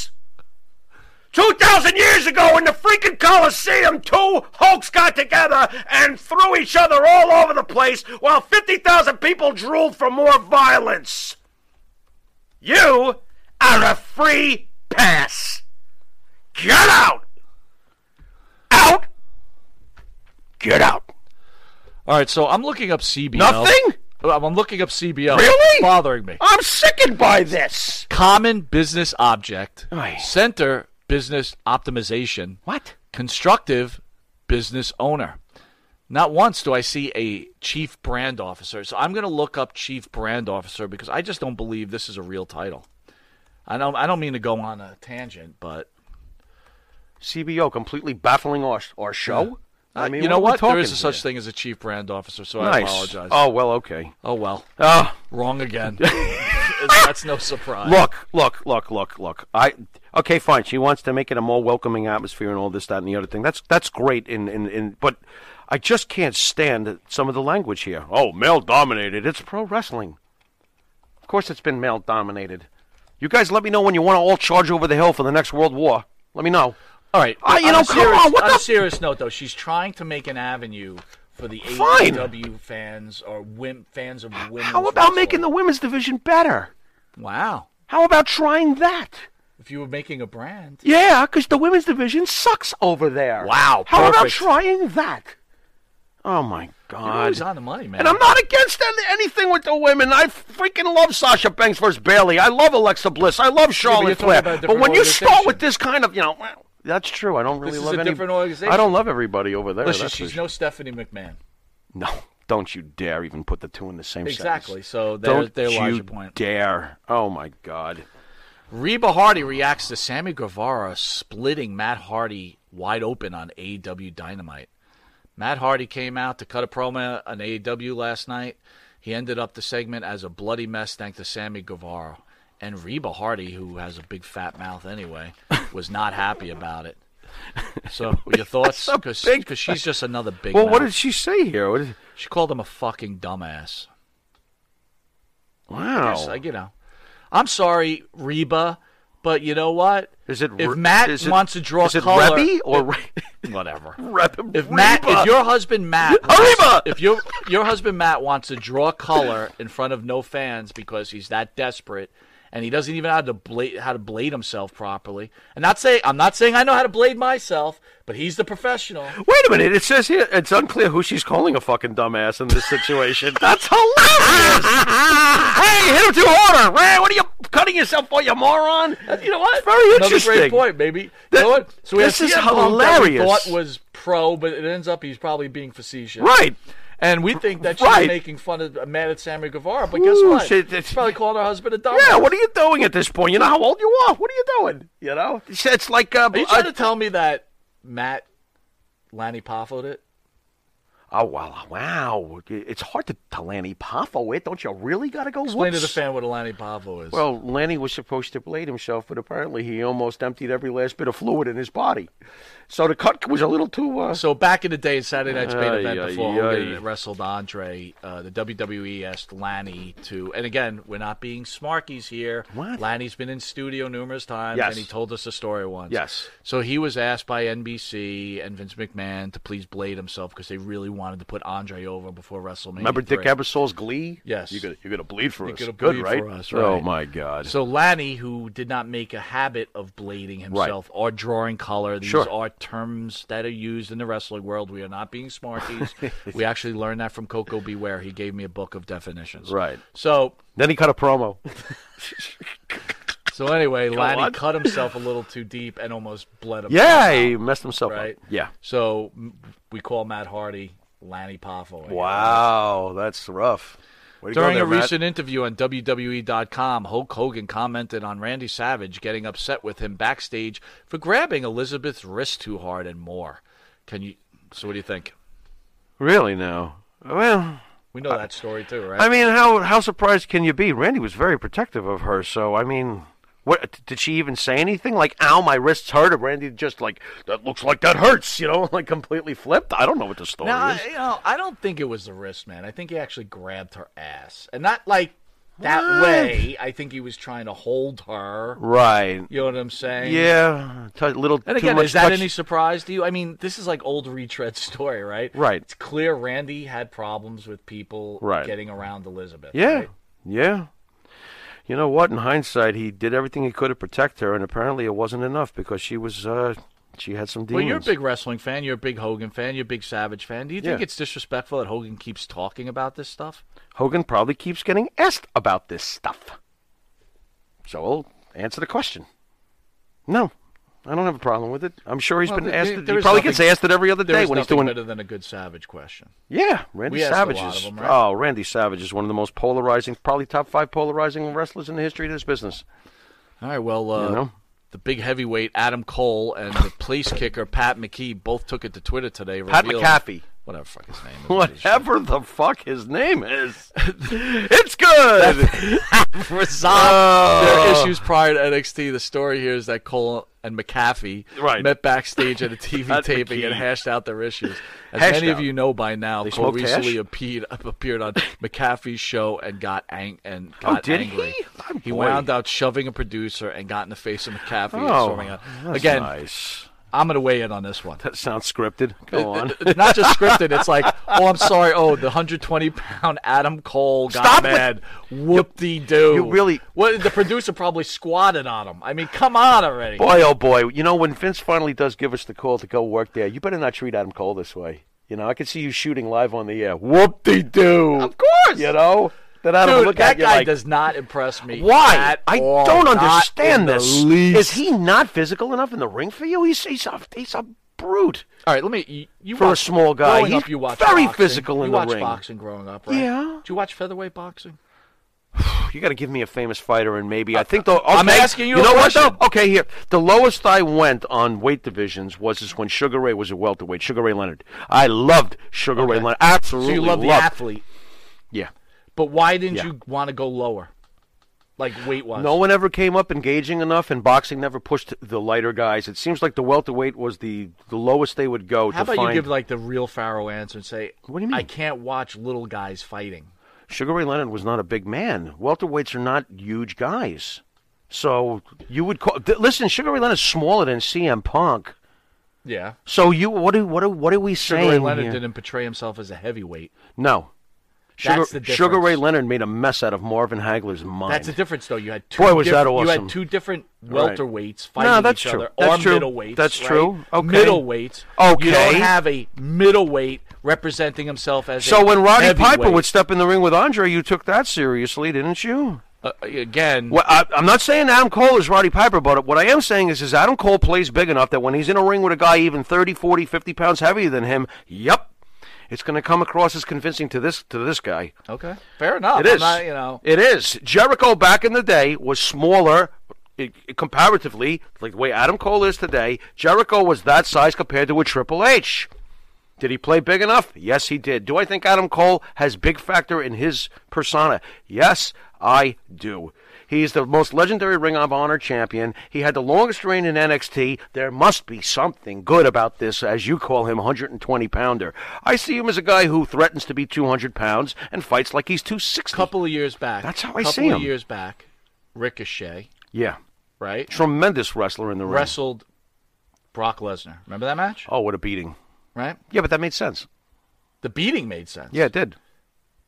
Speaker 12: 2,000 years ago in the freaking Colosseum, two hulks got together and threw each other all over the place while 50,000 people drooled for more violence. You are a free pass. Get out! Out! Get out!
Speaker 2: All right, so I'm looking up CBO.
Speaker 12: Nothing?
Speaker 2: Uh, I'm I'm looking up CBO.
Speaker 12: Really? Ah.
Speaker 2: It's bothering me.
Speaker 12: I'm sickened by this!
Speaker 2: Common business object.
Speaker 12: Oy.
Speaker 2: Center business optimization.
Speaker 12: What?
Speaker 2: Constructive business owner. Not once do I see a chief brand officer. So I'm going to look up chief brand officer because I just don't believe this is a real title. I don't I don't mean to go on a tangent, but
Speaker 12: CBO completely baffling our, our show?
Speaker 2: Uh,
Speaker 12: I mean,
Speaker 2: you know
Speaker 12: what?
Speaker 2: what?
Speaker 12: are we
Speaker 2: There is
Speaker 12: talking
Speaker 2: a such
Speaker 12: here?
Speaker 2: thing as a chief brand officer, so I
Speaker 12: Nice.
Speaker 2: apologize.
Speaker 12: Oh, well, okay.
Speaker 2: Oh well.
Speaker 12: Ah.
Speaker 2: Wrong again. That's no surprise.
Speaker 12: Look, look, look, look, look. I okay, fine. She wants to make it a more welcoming atmosphere and all this, that, and the other thing. That's that's great. In in, in but I just can't stand some of the language here. Oh, male dominated. It's pro wrestling. Of course, it's been male dominated. You guys, let me know when you want to all charge over the hill for the next world war. Let me know.
Speaker 2: All right.
Speaker 12: Ah, you
Speaker 2: on
Speaker 12: know,
Speaker 2: a
Speaker 12: come
Speaker 2: serious,
Speaker 12: on. What
Speaker 2: on
Speaker 12: the
Speaker 2: a serious note, though, she's trying to make an avenue for the
Speaker 12: Fine.
Speaker 2: AEW fans or wim, fans of women.
Speaker 12: How about making the women's division better?
Speaker 2: Wow.
Speaker 12: How about trying that?
Speaker 2: If you were making a brand.
Speaker 12: Yeah, because the women's division sucks over there.
Speaker 2: Wow,
Speaker 12: How about
Speaker 2: perfect.
Speaker 12: trying that? Oh my God!
Speaker 2: always on the money, man.
Speaker 12: And I'm not against any- anything with the women. I freaking love Sasha Banks versus Bailey. I love Alexa Bliss. I love
Speaker 2: you're
Speaker 12: Charlotte
Speaker 2: talking about a
Speaker 12: Flair. But
Speaker 2: different
Speaker 12: when you start
Speaker 2: organization.
Speaker 12: with this kind of, you know, well, that's true. I don't
Speaker 2: This
Speaker 12: really
Speaker 2: is
Speaker 12: love
Speaker 2: a
Speaker 12: any.
Speaker 2: different organization.
Speaker 12: I don't love everybody over there.
Speaker 2: Listen,
Speaker 12: that's for
Speaker 2: she's
Speaker 12: sure.
Speaker 2: no Stephanie McMahon.
Speaker 12: No, don't you dare even put the two in the same
Speaker 2: Exactly,
Speaker 12: sentence.
Speaker 2: so there-
Speaker 12: don't
Speaker 2: there lies
Speaker 12: you
Speaker 2: your point.
Speaker 12: Dare! Oh my God!
Speaker 2: Reba Hardy reacts to Sammy Guevara splitting Matt Hardy wide open on AEW Dynamite. Matt Hardy came out to cut a promo on AEW last night. He ended up the segment as a bloody mess thanks to Sammy Guevara. And Reba Hardy, who has a big fat mouth anyway, was not happy about it. So, your thoughts? Because she's just another big.
Speaker 12: well, what
Speaker 2: mouth.
Speaker 12: did she say here? What is...
Speaker 2: She called him a fucking dumbass.
Speaker 12: Wow.
Speaker 2: Yes, I, you know. I'm sorry, Reba, but you know what?
Speaker 12: Is it
Speaker 2: if
Speaker 12: Re-
Speaker 2: Matt
Speaker 12: is it-
Speaker 2: wants to draw
Speaker 12: is it
Speaker 2: color
Speaker 12: Rebbe or
Speaker 2: if- whatever?
Speaker 12: Reb-
Speaker 2: if Matt,
Speaker 12: Reba.
Speaker 2: if your husband Matt,
Speaker 12: Reba!
Speaker 2: if your your husband Matt wants to draw color in front of no fans because he's that desperate. And he doesn't even know how to blade how to blade himself properly. And not say I'm not saying I know how to blade myself, but he's the professional.
Speaker 12: Wait a minute. It says here it's unclear who she's calling a fucking dumbass in this situation. That's hilarious. hey, hit him to order. Hey, what are you cutting yourself for, you moron? You know what? Very
Speaker 2: Another
Speaker 12: interesting.
Speaker 2: great point, baby. You know what? So we
Speaker 12: this
Speaker 2: have
Speaker 12: is
Speaker 2: CM Punk that we
Speaker 12: hilarious.
Speaker 2: thought was pro, but it ends up he's probably being facetious.
Speaker 12: Right.
Speaker 2: And we think that she's
Speaker 12: Right.
Speaker 2: making fun of mad at Sammy Guevara, but guess
Speaker 12: Ooh,
Speaker 2: what?
Speaker 12: shit,
Speaker 2: she's probably calling her husband a dumbass.
Speaker 12: Yeah, what are you doing at this point? You know how old you are. What are you doing? You know, it's, it's like uh,
Speaker 2: Are you trying to tell me that Matt Lanny Poffo it?
Speaker 12: Oh wow, wow! It's hard to tell Lanny Poffo it. Don't you really got to go?
Speaker 2: Explain to
Speaker 12: whoops.
Speaker 2: the fan what a Lanny Poffo is.
Speaker 12: Well, Lanny was supposed to blade himself, but apparently he almost emptied every last bit of fluid in his body. So the cut was a little too. Uh...
Speaker 2: So back in the day, Saturday night's main
Speaker 12: Ay,
Speaker 2: event
Speaker 12: ay,
Speaker 2: before
Speaker 12: ay.
Speaker 2: Hogan wrestled Andre, uh, the WWE asked Lanny to, and again, we're not being smarkies here.
Speaker 12: What?
Speaker 2: Lanny's been in studio numerous times,
Speaker 12: Yes.
Speaker 2: and he told us a story once.
Speaker 12: Yes.
Speaker 2: So he was asked by NBC and Vince McMahon to please blade himself because they really wanted to put Andre over before WrestleMania.
Speaker 12: Remember Dick
Speaker 2: three.
Speaker 12: Ebersol's Glee?
Speaker 2: Yes.
Speaker 12: you're gonna you're gonna bleed for
Speaker 2: You're
Speaker 12: us.
Speaker 2: gonna
Speaker 12: Good,
Speaker 2: bleed
Speaker 12: right?
Speaker 2: for us,
Speaker 12: Oh
Speaker 2: right.
Speaker 12: my God!
Speaker 2: So Lanny, who did not make a habit of blading himself or drawing color, these
Speaker 12: Sure.
Speaker 2: are terms that are used in the wrestling world. We are not being smarties. we actually learned that from Coco Beware. He gave me a book of definitions.
Speaker 12: right.
Speaker 2: So
Speaker 12: Then he cut a promo.
Speaker 2: so anyway,
Speaker 12: Go
Speaker 2: Lanny
Speaker 12: on.
Speaker 2: cut himself a little too deep and almost bled himself.
Speaker 12: yeah,
Speaker 2: out.
Speaker 12: he messed himself
Speaker 2: Right.
Speaker 12: up. Yeah.
Speaker 2: So m- we call Matt Hardy Lanny Poffo.
Speaker 12: Wow, that's rough. Way to go
Speaker 2: Oh, During
Speaker 12: there,
Speaker 2: a
Speaker 12: Matt.
Speaker 2: recent interview on WWE.com, Hulk Hogan commented on Randy Savage getting upset with him backstage for grabbing Elizabeth's wrist too hard and more. Can you? So, what do you think?
Speaker 12: Really now. Well,
Speaker 2: We know that story too, right?
Speaker 12: I mean, how how surprised can you be? Randy was very protective of her, so I mean, what did she even say anything like "Ow, my wrists hurt"? Or Randy just like that looks like that hurts, you know, like completely flipped. I don't know what the story
Speaker 2: now,
Speaker 12: is.
Speaker 2: I, you know, I don't think it was the wrist, man. I think he actually grabbed her ass, and not like that
Speaker 12: What?
Speaker 2: way. I think he was trying to hold her.
Speaker 12: Right?
Speaker 2: You know what I'm saying?
Speaker 12: Yeah, t- little
Speaker 2: And
Speaker 12: too
Speaker 2: again,
Speaker 12: much
Speaker 2: is that
Speaker 12: touch-
Speaker 2: any surprise to you? I mean, this is like old retread story, right?
Speaker 12: Right.
Speaker 2: It's clear Randy had problems with people
Speaker 12: Right.
Speaker 2: getting around Elizabeth.
Speaker 12: Yeah,
Speaker 2: right?
Speaker 12: yeah. You know what? In hindsight, he did everything he could to protect her, and apparently it wasn't enough because she was uh, she had some demons.
Speaker 2: Well, you're a big wrestling fan. You're a big Hogan fan. You're a big Savage fan. Do you think
Speaker 12: Yeah.
Speaker 2: it's disrespectful that Hogan keeps talking about this stuff?
Speaker 12: Hogan probably keeps getting asked about this stuff. So I'll answer the question. No, I don't have a problem with it. I'm sure he's
Speaker 2: Well,
Speaker 12: been
Speaker 2: there-
Speaker 12: asked.
Speaker 2: there-
Speaker 12: it.
Speaker 2: there
Speaker 12: he
Speaker 2: is
Speaker 12: probably
Speaker 2: nothing-
Speaker 12: gets asked it every other
Speaker 2: there
Speaker 12: day
Speaker 2: is
Speaker 12: when he's
Speaker 2: nothing
Speaker 12: doing.
Speaker 2: better than a good Savage question.
Speaker 12: Yeah, Randy
Speaker 2: We asked a
Speaker 12: Savage
Speaker 2: lot
Speaker 12: is.
Speaker 2: of 'em, right?
Speaker 12: Oh, Randy Savage is one of the most polarizing, probably top five polarizing wrestlers in the history of this business.
Speaker 2: All right. Well, uh,
Speaker 12: You know?
Speaker 2: the big heavyweight Adam Cole and the place kicker Pat McKee both took it to Twitter today.
Speaker 12: Pat
Speaker 2: revealing-
Speaker 12: McAfee.
Speaker 2: Whatever the fuck his name is.
Speaker 12: Whatever the fuck his name is, it's good.
Speaker 2: resolve their
Speaker 12: Oh.
Speaker 2: issues prior to NXT. The story here is that Cole and McAfee
Speaker 12: Right.
Speaker 2: met backstage at a TV
Speaker 12: Pat
Speaker 2: taping
Speaker 12: McKee.
Speaker 2: and hashed out their issues. As
Speaker 12: Hashed
Speaker 2: many of
Speaker 12: out.
Speaker 2: you know by now,
Speaker 12: They
Speaker 2: Cole
Speaker 12: smoked
Speaker 2: recently
Speaker 12: hash?
Speaker 2: appeared, appeared on McAfee's show and got ang- and
Speaker 12: Oh,
Speaker 2: got
Speaker 12: did
Speaker 2: angry.
Speaker 12: he? Oh, boy.
Speaker 2: wound out shoving a producer and got in the face of McAfee. and
Speaker 12: Oh,
Speaker 2: storming out.
Speaker 12: that's
Speaker 2: Again,
Speaker 12: nice.
Speaker 2: I'm going to weigh in on this one.
Speaker 12: That sounds scripted. Go on.
Speaker 2: It's not just scripted. It's like, oh, I'm sorry. Oh, the 120 pound Adam Cole got
Speaker 12: Stop it.
Speaker 2: mad. Whoop de doo.
Speaker 12: You really-
Speaker 2: What? The producer probably squatted on him. I mean, come on already.
Speaker 12: Boy, oh boy! You know when Vince finally does give us the call to go work there, you better not treat Adam Cole this way. You know, I could see you shooting live on the air. Whoop de doo.
Speaker 2: Of course.
Speaker 12: You know? Then I don't
Speaker 2: Dude,
Speaker 12: look
Speaker 2: that
Speaker 12: at you
Speaker 2: guy
Speaker 12: like,
Speaker 2: does not impress me.
Speaker 12: Why?
Speaker 2: at
Speaker 12: I
Speaker 2: all.
Speaker 12: don't
Speaker 2: Not in
Speaker 12: understand
Speaker 2: the
Speaker 12: this.
Speaker 2: least.
Speaker 12: Is he not physical enough in the ring for you? He's he's a he's a brute.
Speaker 2: All right, let me. You, you
Speaker 12: for
Speaker 2: watch-
Speaker 12: a small guy,
Speaker 2: growing
Speaker 12: he's
Speaker 2: up, you watched
Speaker 12: very
Speaker 2: boxing.
Speaker 12: physical in
Speaker 2: you
Speaker 12: the
Speaker 2: watched
Speaker 12: ring.
Speaker 2: boxing growing up, right?
Speaker 12: Yeah.
Speaker 2: Did you watch featherweight boxing?
Speaker 12: You got to give me a famous fighter, and maybe I think the. Okay,
Speaker 2: I'm asking you
Speaker 12: You
Speaker 2: a
Speaker 12: know what
Speaker 2: question.
Speaker 12: though? Okay, here the lowest I went on weight divisions was is when Sugar Ray was a welterweight. Sugar Ray Leonard. I loved Sugar Ray Leonard. Absolutely.
Speaker 2: so you love the
Speaker 12: loved-
Speaker 2: athlete,
Speaker 12: Yeah.
Speaker 2: but why didn't
Speaker 12: Yeah.
Speaker 2: you want to go lower, like weight wise?
Speaker 12: No one ever came up engaging enough, and boxing never pushed the lighter guys. It seems like the welterweight was the, the lowest they would go
Speaker 2: How
Speaker 12: to
Speaker 2: about
Speaker 12: find.
Speaker 2: you give like the real Pharaoh answer and say, "What do you mean? I can't watch little guys fighting."
Speaker 12: Sugar Ray Leonard was not a big man. Welterweights are not huge guys, so you would call. Th- listen, Sugar Ray Leonard's smaller than CM Punk.
Speaker 2: Yeah.
Speaker 12: So you what do what do, what are we
Speaker 2: Sugar
Speaker 12: saying
Speaker 2: Ray Leonard
Speaker 12: here?
Speaker 2: didn't portray himself as a heavyweight.
Speaker 12: No. Sugar,
Speaker 2: That's the difference.
Speaker 12: Sugar Ray Leonard made a mess out of Marvin Hagler's mind.
Speaker 2: That's the difference, though. You had two.
Speaker 12: Boy, was
Speaker 2: diff-
Speaker 12: that
Speaker 2: You
Speaker 12: awesome.
Speaker 2: had two different
Speaker 12: Right.
Speaker 2: welterweights
Speaker 12: No,
Speaker 2: fighting
Speaker 12: that's
Speaker 2: each
Speaker 12: true.
Speaker 2: other,
Speaker 12: That's
Speaker 2: or
Speaker 12: true.
Speaker 2: middleweights.
Speaker 12: That's
Speaker 2: right?
Speaker 12: true. Okay.
Speaker 2: Middleweights. You don't
Speaker 12: Okay.
Speaker 2: have a middleweight representing himself as.
Speaker 12: so
Speaker 2: a
Speaker 12: when Roddy Piper
Speaker 2: heavyweight.
Speaker 12: would step in the ring with Andre, you took that seriously, didn't you?
Speaker 2: Uh, again,
Speaker 12: Well, I, I'm not saying Adam Cole is Roddy Piper, but what I am saying is, is Adam Cole plays big enough that when he's in a ring with a guy even 30, 40, 50 pounds heavier than him, yep, it's going to come across as convincing to this to this guy.
Speaker 2: okay, fair enough.
Speaker 12: It is.
Speaker 2: I'm not, you know,
Speaker 12: It is. Jericho back in the day was smaller i- i- comparatively, like the way Adam Cole is today. Jericho was that size compared to a Triple H. Did he play big enough? Yes, he did. Do I think Adam Cole has big factor in his persona? Yes, I do. He's the most legendary Ring of Honor champion. He had the longest reign in NXT. There must be something good about this, as you call him, 120 pounder. I see him as a guy who threatens to be 200 pounds and fights like he's 260.
Speaker 2: couple of years back.
Speaker 12: That's how I
Speaker 2: couple
Speaker 12: see
Speaker 2: of
Speaker 12: him.
Speaker 2: years back, Ricochet
Speaker 12: Yeah.
Speaker 2: Right.
Speaker 12: Tremendous wrestler in the ring.
Speaker 2: wrestled Brock Lesnar. Remember that match?
Speaker 12: Oh, what a beating.
Speaker 2: Right.
Speaker 12: Yeah, but that made sense.
Speaker 2: The beating made sense.
Speaker 12: Yeah, it did.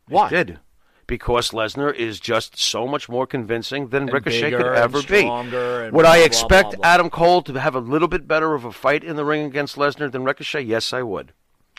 Speaker 2: Why?
Speaker 12: It did. Because Lesnar is just so much more convincing than
Speaker 2: And
Speaker 12: Ricochet could
Speaker 2: bigger and
Speaker 12: ever be.
Speaker 2: stronger and
Speaker 12: Would
Speaker 2: blah,
Speaker 12: I
Speaker 2: blah,
Speaker 12: expect
Speaker 2: blah, blah.
Speaker 12: Adam Cole to have a little bit better of a fight in the ring against Lesnar than Ricochet? Yes, I would.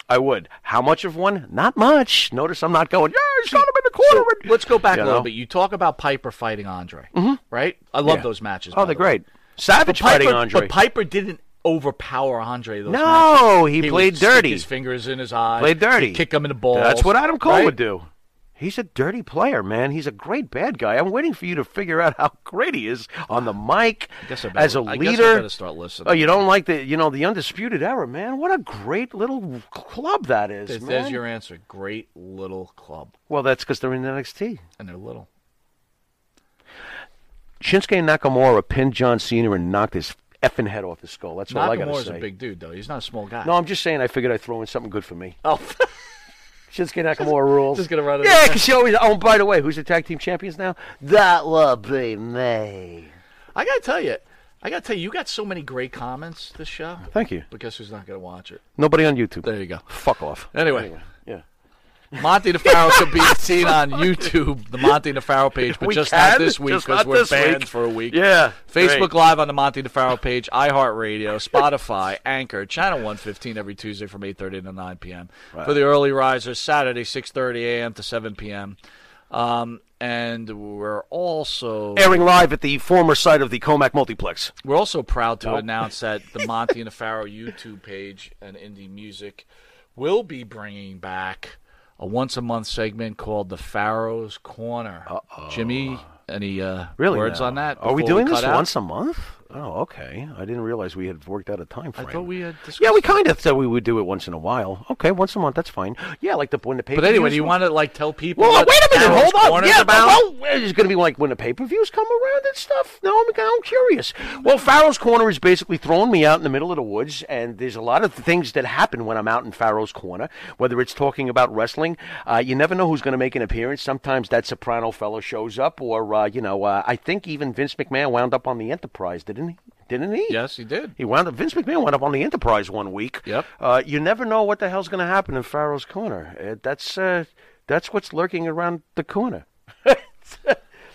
Speaker 12: I would. How much of one? Not much. Notice I'm not going, yeah, he's got him in the corner.
Speaker 2: Let's go back
Speaker 12: You
Speaker 2: a little
Speaker 12: know?
Speaker 2: bit. You talk about Piper fighting Andre,
Speaker 12: Mhm.
Speaker 2: right? I love
Speaker 12: Yeah.
Speaker 2: those matches.
Speaker 12: Oh,
Speaker 2: by
Speaker 12: they're
Speaker 2: the way.
Speaker 12: great. Savage
Speaker 2: But Piper,
Speaker 12: fighting Andre.
Speaker 2: But Piper didn't overpower Andre. in Those
Speaker 12: No,
Speaker 2: matches.
Speaker 12: he
Speaker 2: would
Speaker 12: played
Speaker 2: stick
Speaker 12: dirty.
Speaker 2: his fingers in his eyes.
Speaker 12: Play dirty.
Speaker 2: He'd kick him in the balls.
Speaker 12: That's what Adam Cole
Speaker 2: right?
Speaker 12: would do. He's a dirty player, man. He's a great bad guy. I'm waiting for you to figure out how great he is on the mic
Speaker 2: guess I better-
Speaker 12: as a
Speaker 2: I guess I
Speaker 12: leader.
Speaker 2: better start listening.
Speaker 12: Oh, you don't like the you know the undisputed era, man. What a great little club that is,
Speaker 2: There's,
Speaker 12: man.
Speaker 2: there's your answer. Great little club,
Speaker 12: Well, that's because they're in NXT.
Speaker 2: and they're little.
Speaker 12: Shinsuke Nakamura pinned John Cena and knocked his effing head off his skull. That's all I gotta
Speaker 2: Nakamura's
Speaker 12: say.
Speaker 2: a big dude, though. He's not a small guy.
Speaker 12: No, I'm just saying. I figured I'd throw in something good for me.
Speaker 2: Oh.
Speaker 12: Shinsuke Nakamura rules.
Speaker 2: just gonna run it
Speaker 12: Yeah,
Speaker 2: up.
Speaker 12: because she always. Oh, by the way, who's the tag team champions now? That will be me.
Speaker 2: I gotta tell you, I gotta tell you, you got so many great comments this show.
Speaker 12: Thank you.
Speaker 2: But guess who's not gonna watch it?
Speaker 12: Nobody on YouTube.
Speaker 2: There you go.
Speaker 12: Fuck off.
Speaker 2: Anyway,
Speaker 12: yeah.
Speaker 2: Monty DeFaro could be seen on YouTube, the Monty DeFaro page, but
Speaker 12: We
Speaker 2: just
Speaker 12: can,
Speaker 2: not this week
Speaker 12: just
Speaker 2: because
Speaker 12: not
Speaker 2: we're
Speaker 12: this
Speaker 2: banned
Speaker 12: week.
Speaker 2: for a week.
Speaker 12: Yeah,
Speaker 2: Facebook
Speaker 12: great.
Speaker 2: Live on the Monty DeFaro page, iHeartRadio, Spotify, Anchor, Channel 115 every Tuesday from 8.30 to 9 p.m.
Speaker 12: Right.
Speaker 2: For the early risers, Saturday, 6.30 a.m. to 7 p.m. Um, and we're also...
Speaker 12: Airing live at the former site of the Comac Multiplex.
Speaker 2: We're also proud to
Speaker 12: Nope.
Speaker 2: announce that the Monty and the Pharaoh YouTube page and indie music will be bringing back a once a month segment called the Pharaoh's Corner. Jimmy, any uh,
Speaker 12: Really?
Speaker 2: words
Speaker 12: now?
Speaker 2: on that?
Speaker 12: Are we
Speaker 2: before
Speaker 12: doing this
Speaker 2: cut out?
Speaker 12: once a month? Oh, okay. I didn't realize we had worked out a time
Speaker 2: I
Speaker 12: frame.
Speaker 2: thought we had. Discussed
Speaker 12: yeah, we kind of said we would do it once in a while. Okay, once a month, that's fine. Yeah, like the when the paper.
Speaker 2: But anyway, do you want to like tell people?
Speaker 12: Well,
Speaker 2: what
Speaker 12: wait a minute,
Speaker 2: Pharaoh's
Speaker 12: hold on.
Speaker 2: Corner's
Speaker 12: Yeah,
Speaker 2: about?
Speaker 12: well, it's going to be like when the pay per views come around and stuff. No, I'm, I'm curious. Well, Pharaoh's Corner is basically throwing me out in the middle of the woods, and there's a lot of things that happen when I'm out in Pharaoh's Corner, whether it's talking about wrestling. Uh, you never know who's going to make an appearance. Sometimes that soprano fellow shows up, or, uh, you know, uh, I think even Vince McMahon wound up on the Enterprise, didn't he? Didn't he?
Speaker 2: Yes, he did.
Speaker 12: He wound up. Vince McMahon wound up on the Enterprise one week. Yep. Uh, you never know what the hell's going to happen in Pharaoh's Corner. Uh, that's uh, that's what's lurking around the corner.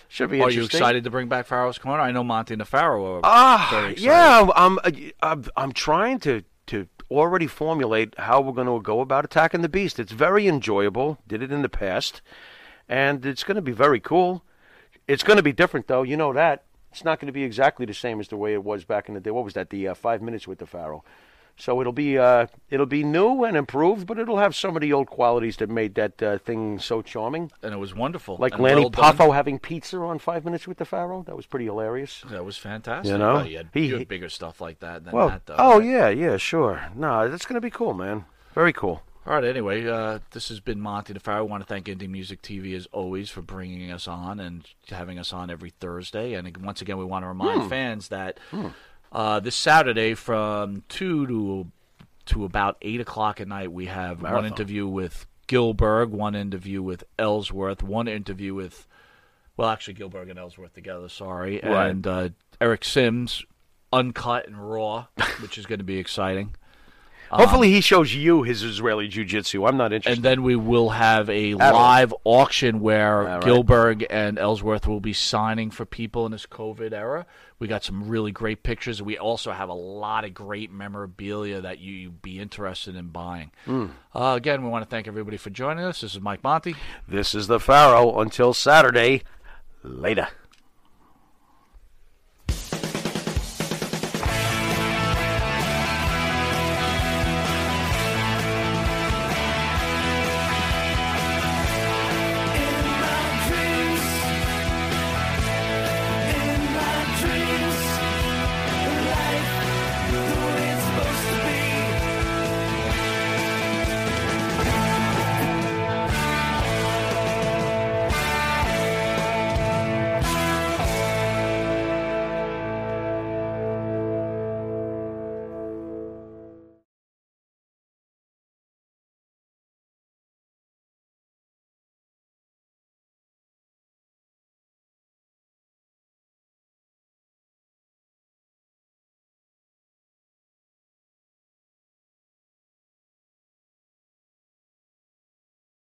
Speaker 12: Should be
Speaker 2: Are
Speaker 12: interesting.
Speaker 2: you excited to bring back Pharaoh's Corner? I know Monty and the Pharaoh are
Speaker 12: Ah,
Speaker 2: very excited.
Speaker 12: yeah. I'm, I'm I'm trying to to already formulate how we're going to go about attacking the beast. It's very enjoyable. Did it in the past, and it's going to be very cool. It's going to be different, though. You know that. It's not going to be exactly the same as the way it was back in the day. What was that? The uh, five minutes with the Pharaoh. So it'll be uh, it'll be new and improved, but it'll have some of the old qualities that made that uh, thing so charming.
Speaker 2: And it was wonderful.
Speaker 12: Like
Speaker 2: and
Speaker 12: Lanny
Speaker 2: well done.
Speaker 12: Poffo having pizza on Five Minutes with the Pharaoh. That was pretty hilarious.
Speaker 2: That was fantastic.
Speaker 12: You know?
Speaker 2: Well, you had,
Speaker 12: He-
Speaker 2: you had bigger stuff like that than
Speaker 12: well,
Speaker 2: that, though.
Speaker 12: oh yeah, yeah, sure. No, that's gonna be cool, man. Very cool.
Speaker 2: All right. Anyway, uh, this has been Monty the Pharaoh. I want to thank Indie Music TV as always for bringing us on and having us on every Thursday. And once again, we want to remind
Speaker 17: Hmm.
Speaker 2: fans that
Speaker 17: Hmm.
Speaker 2: uh, this Saturday from two to to about eight o'clock at night, we have one
Speaker 17: Marathon.
Speaker 2: interview with Gilberg, one interview with Ellsworth, one interview with well, actually Gilberg and Ellsworth together. Sorry,
Speaker 17: Right.
Speaker 2: and uh, Eric Sims, uncut and raw, which is going to be exciting.
Speaker 12: Hopefully, he shows you his Israeli jiu-jitsu. I'm not interested.
Speaker 2: Um, And then we will have a
Speaker 12: At all.
Speaker 2: live auction where
Speaker 12: right.
Speaker 2: Gilberg and Ellsworth will be signing for people in this COVID era. We got some really great pictures. We also have a lot of great memorabilia that you- you'd be interested in buying.
Speaker 12: Hmm.
Speaker 2: Uh, again, we want to thank everybody for joining us. This is Mike Monty.
Speaker 12: This is the Pharaoh. Until Saturday, later.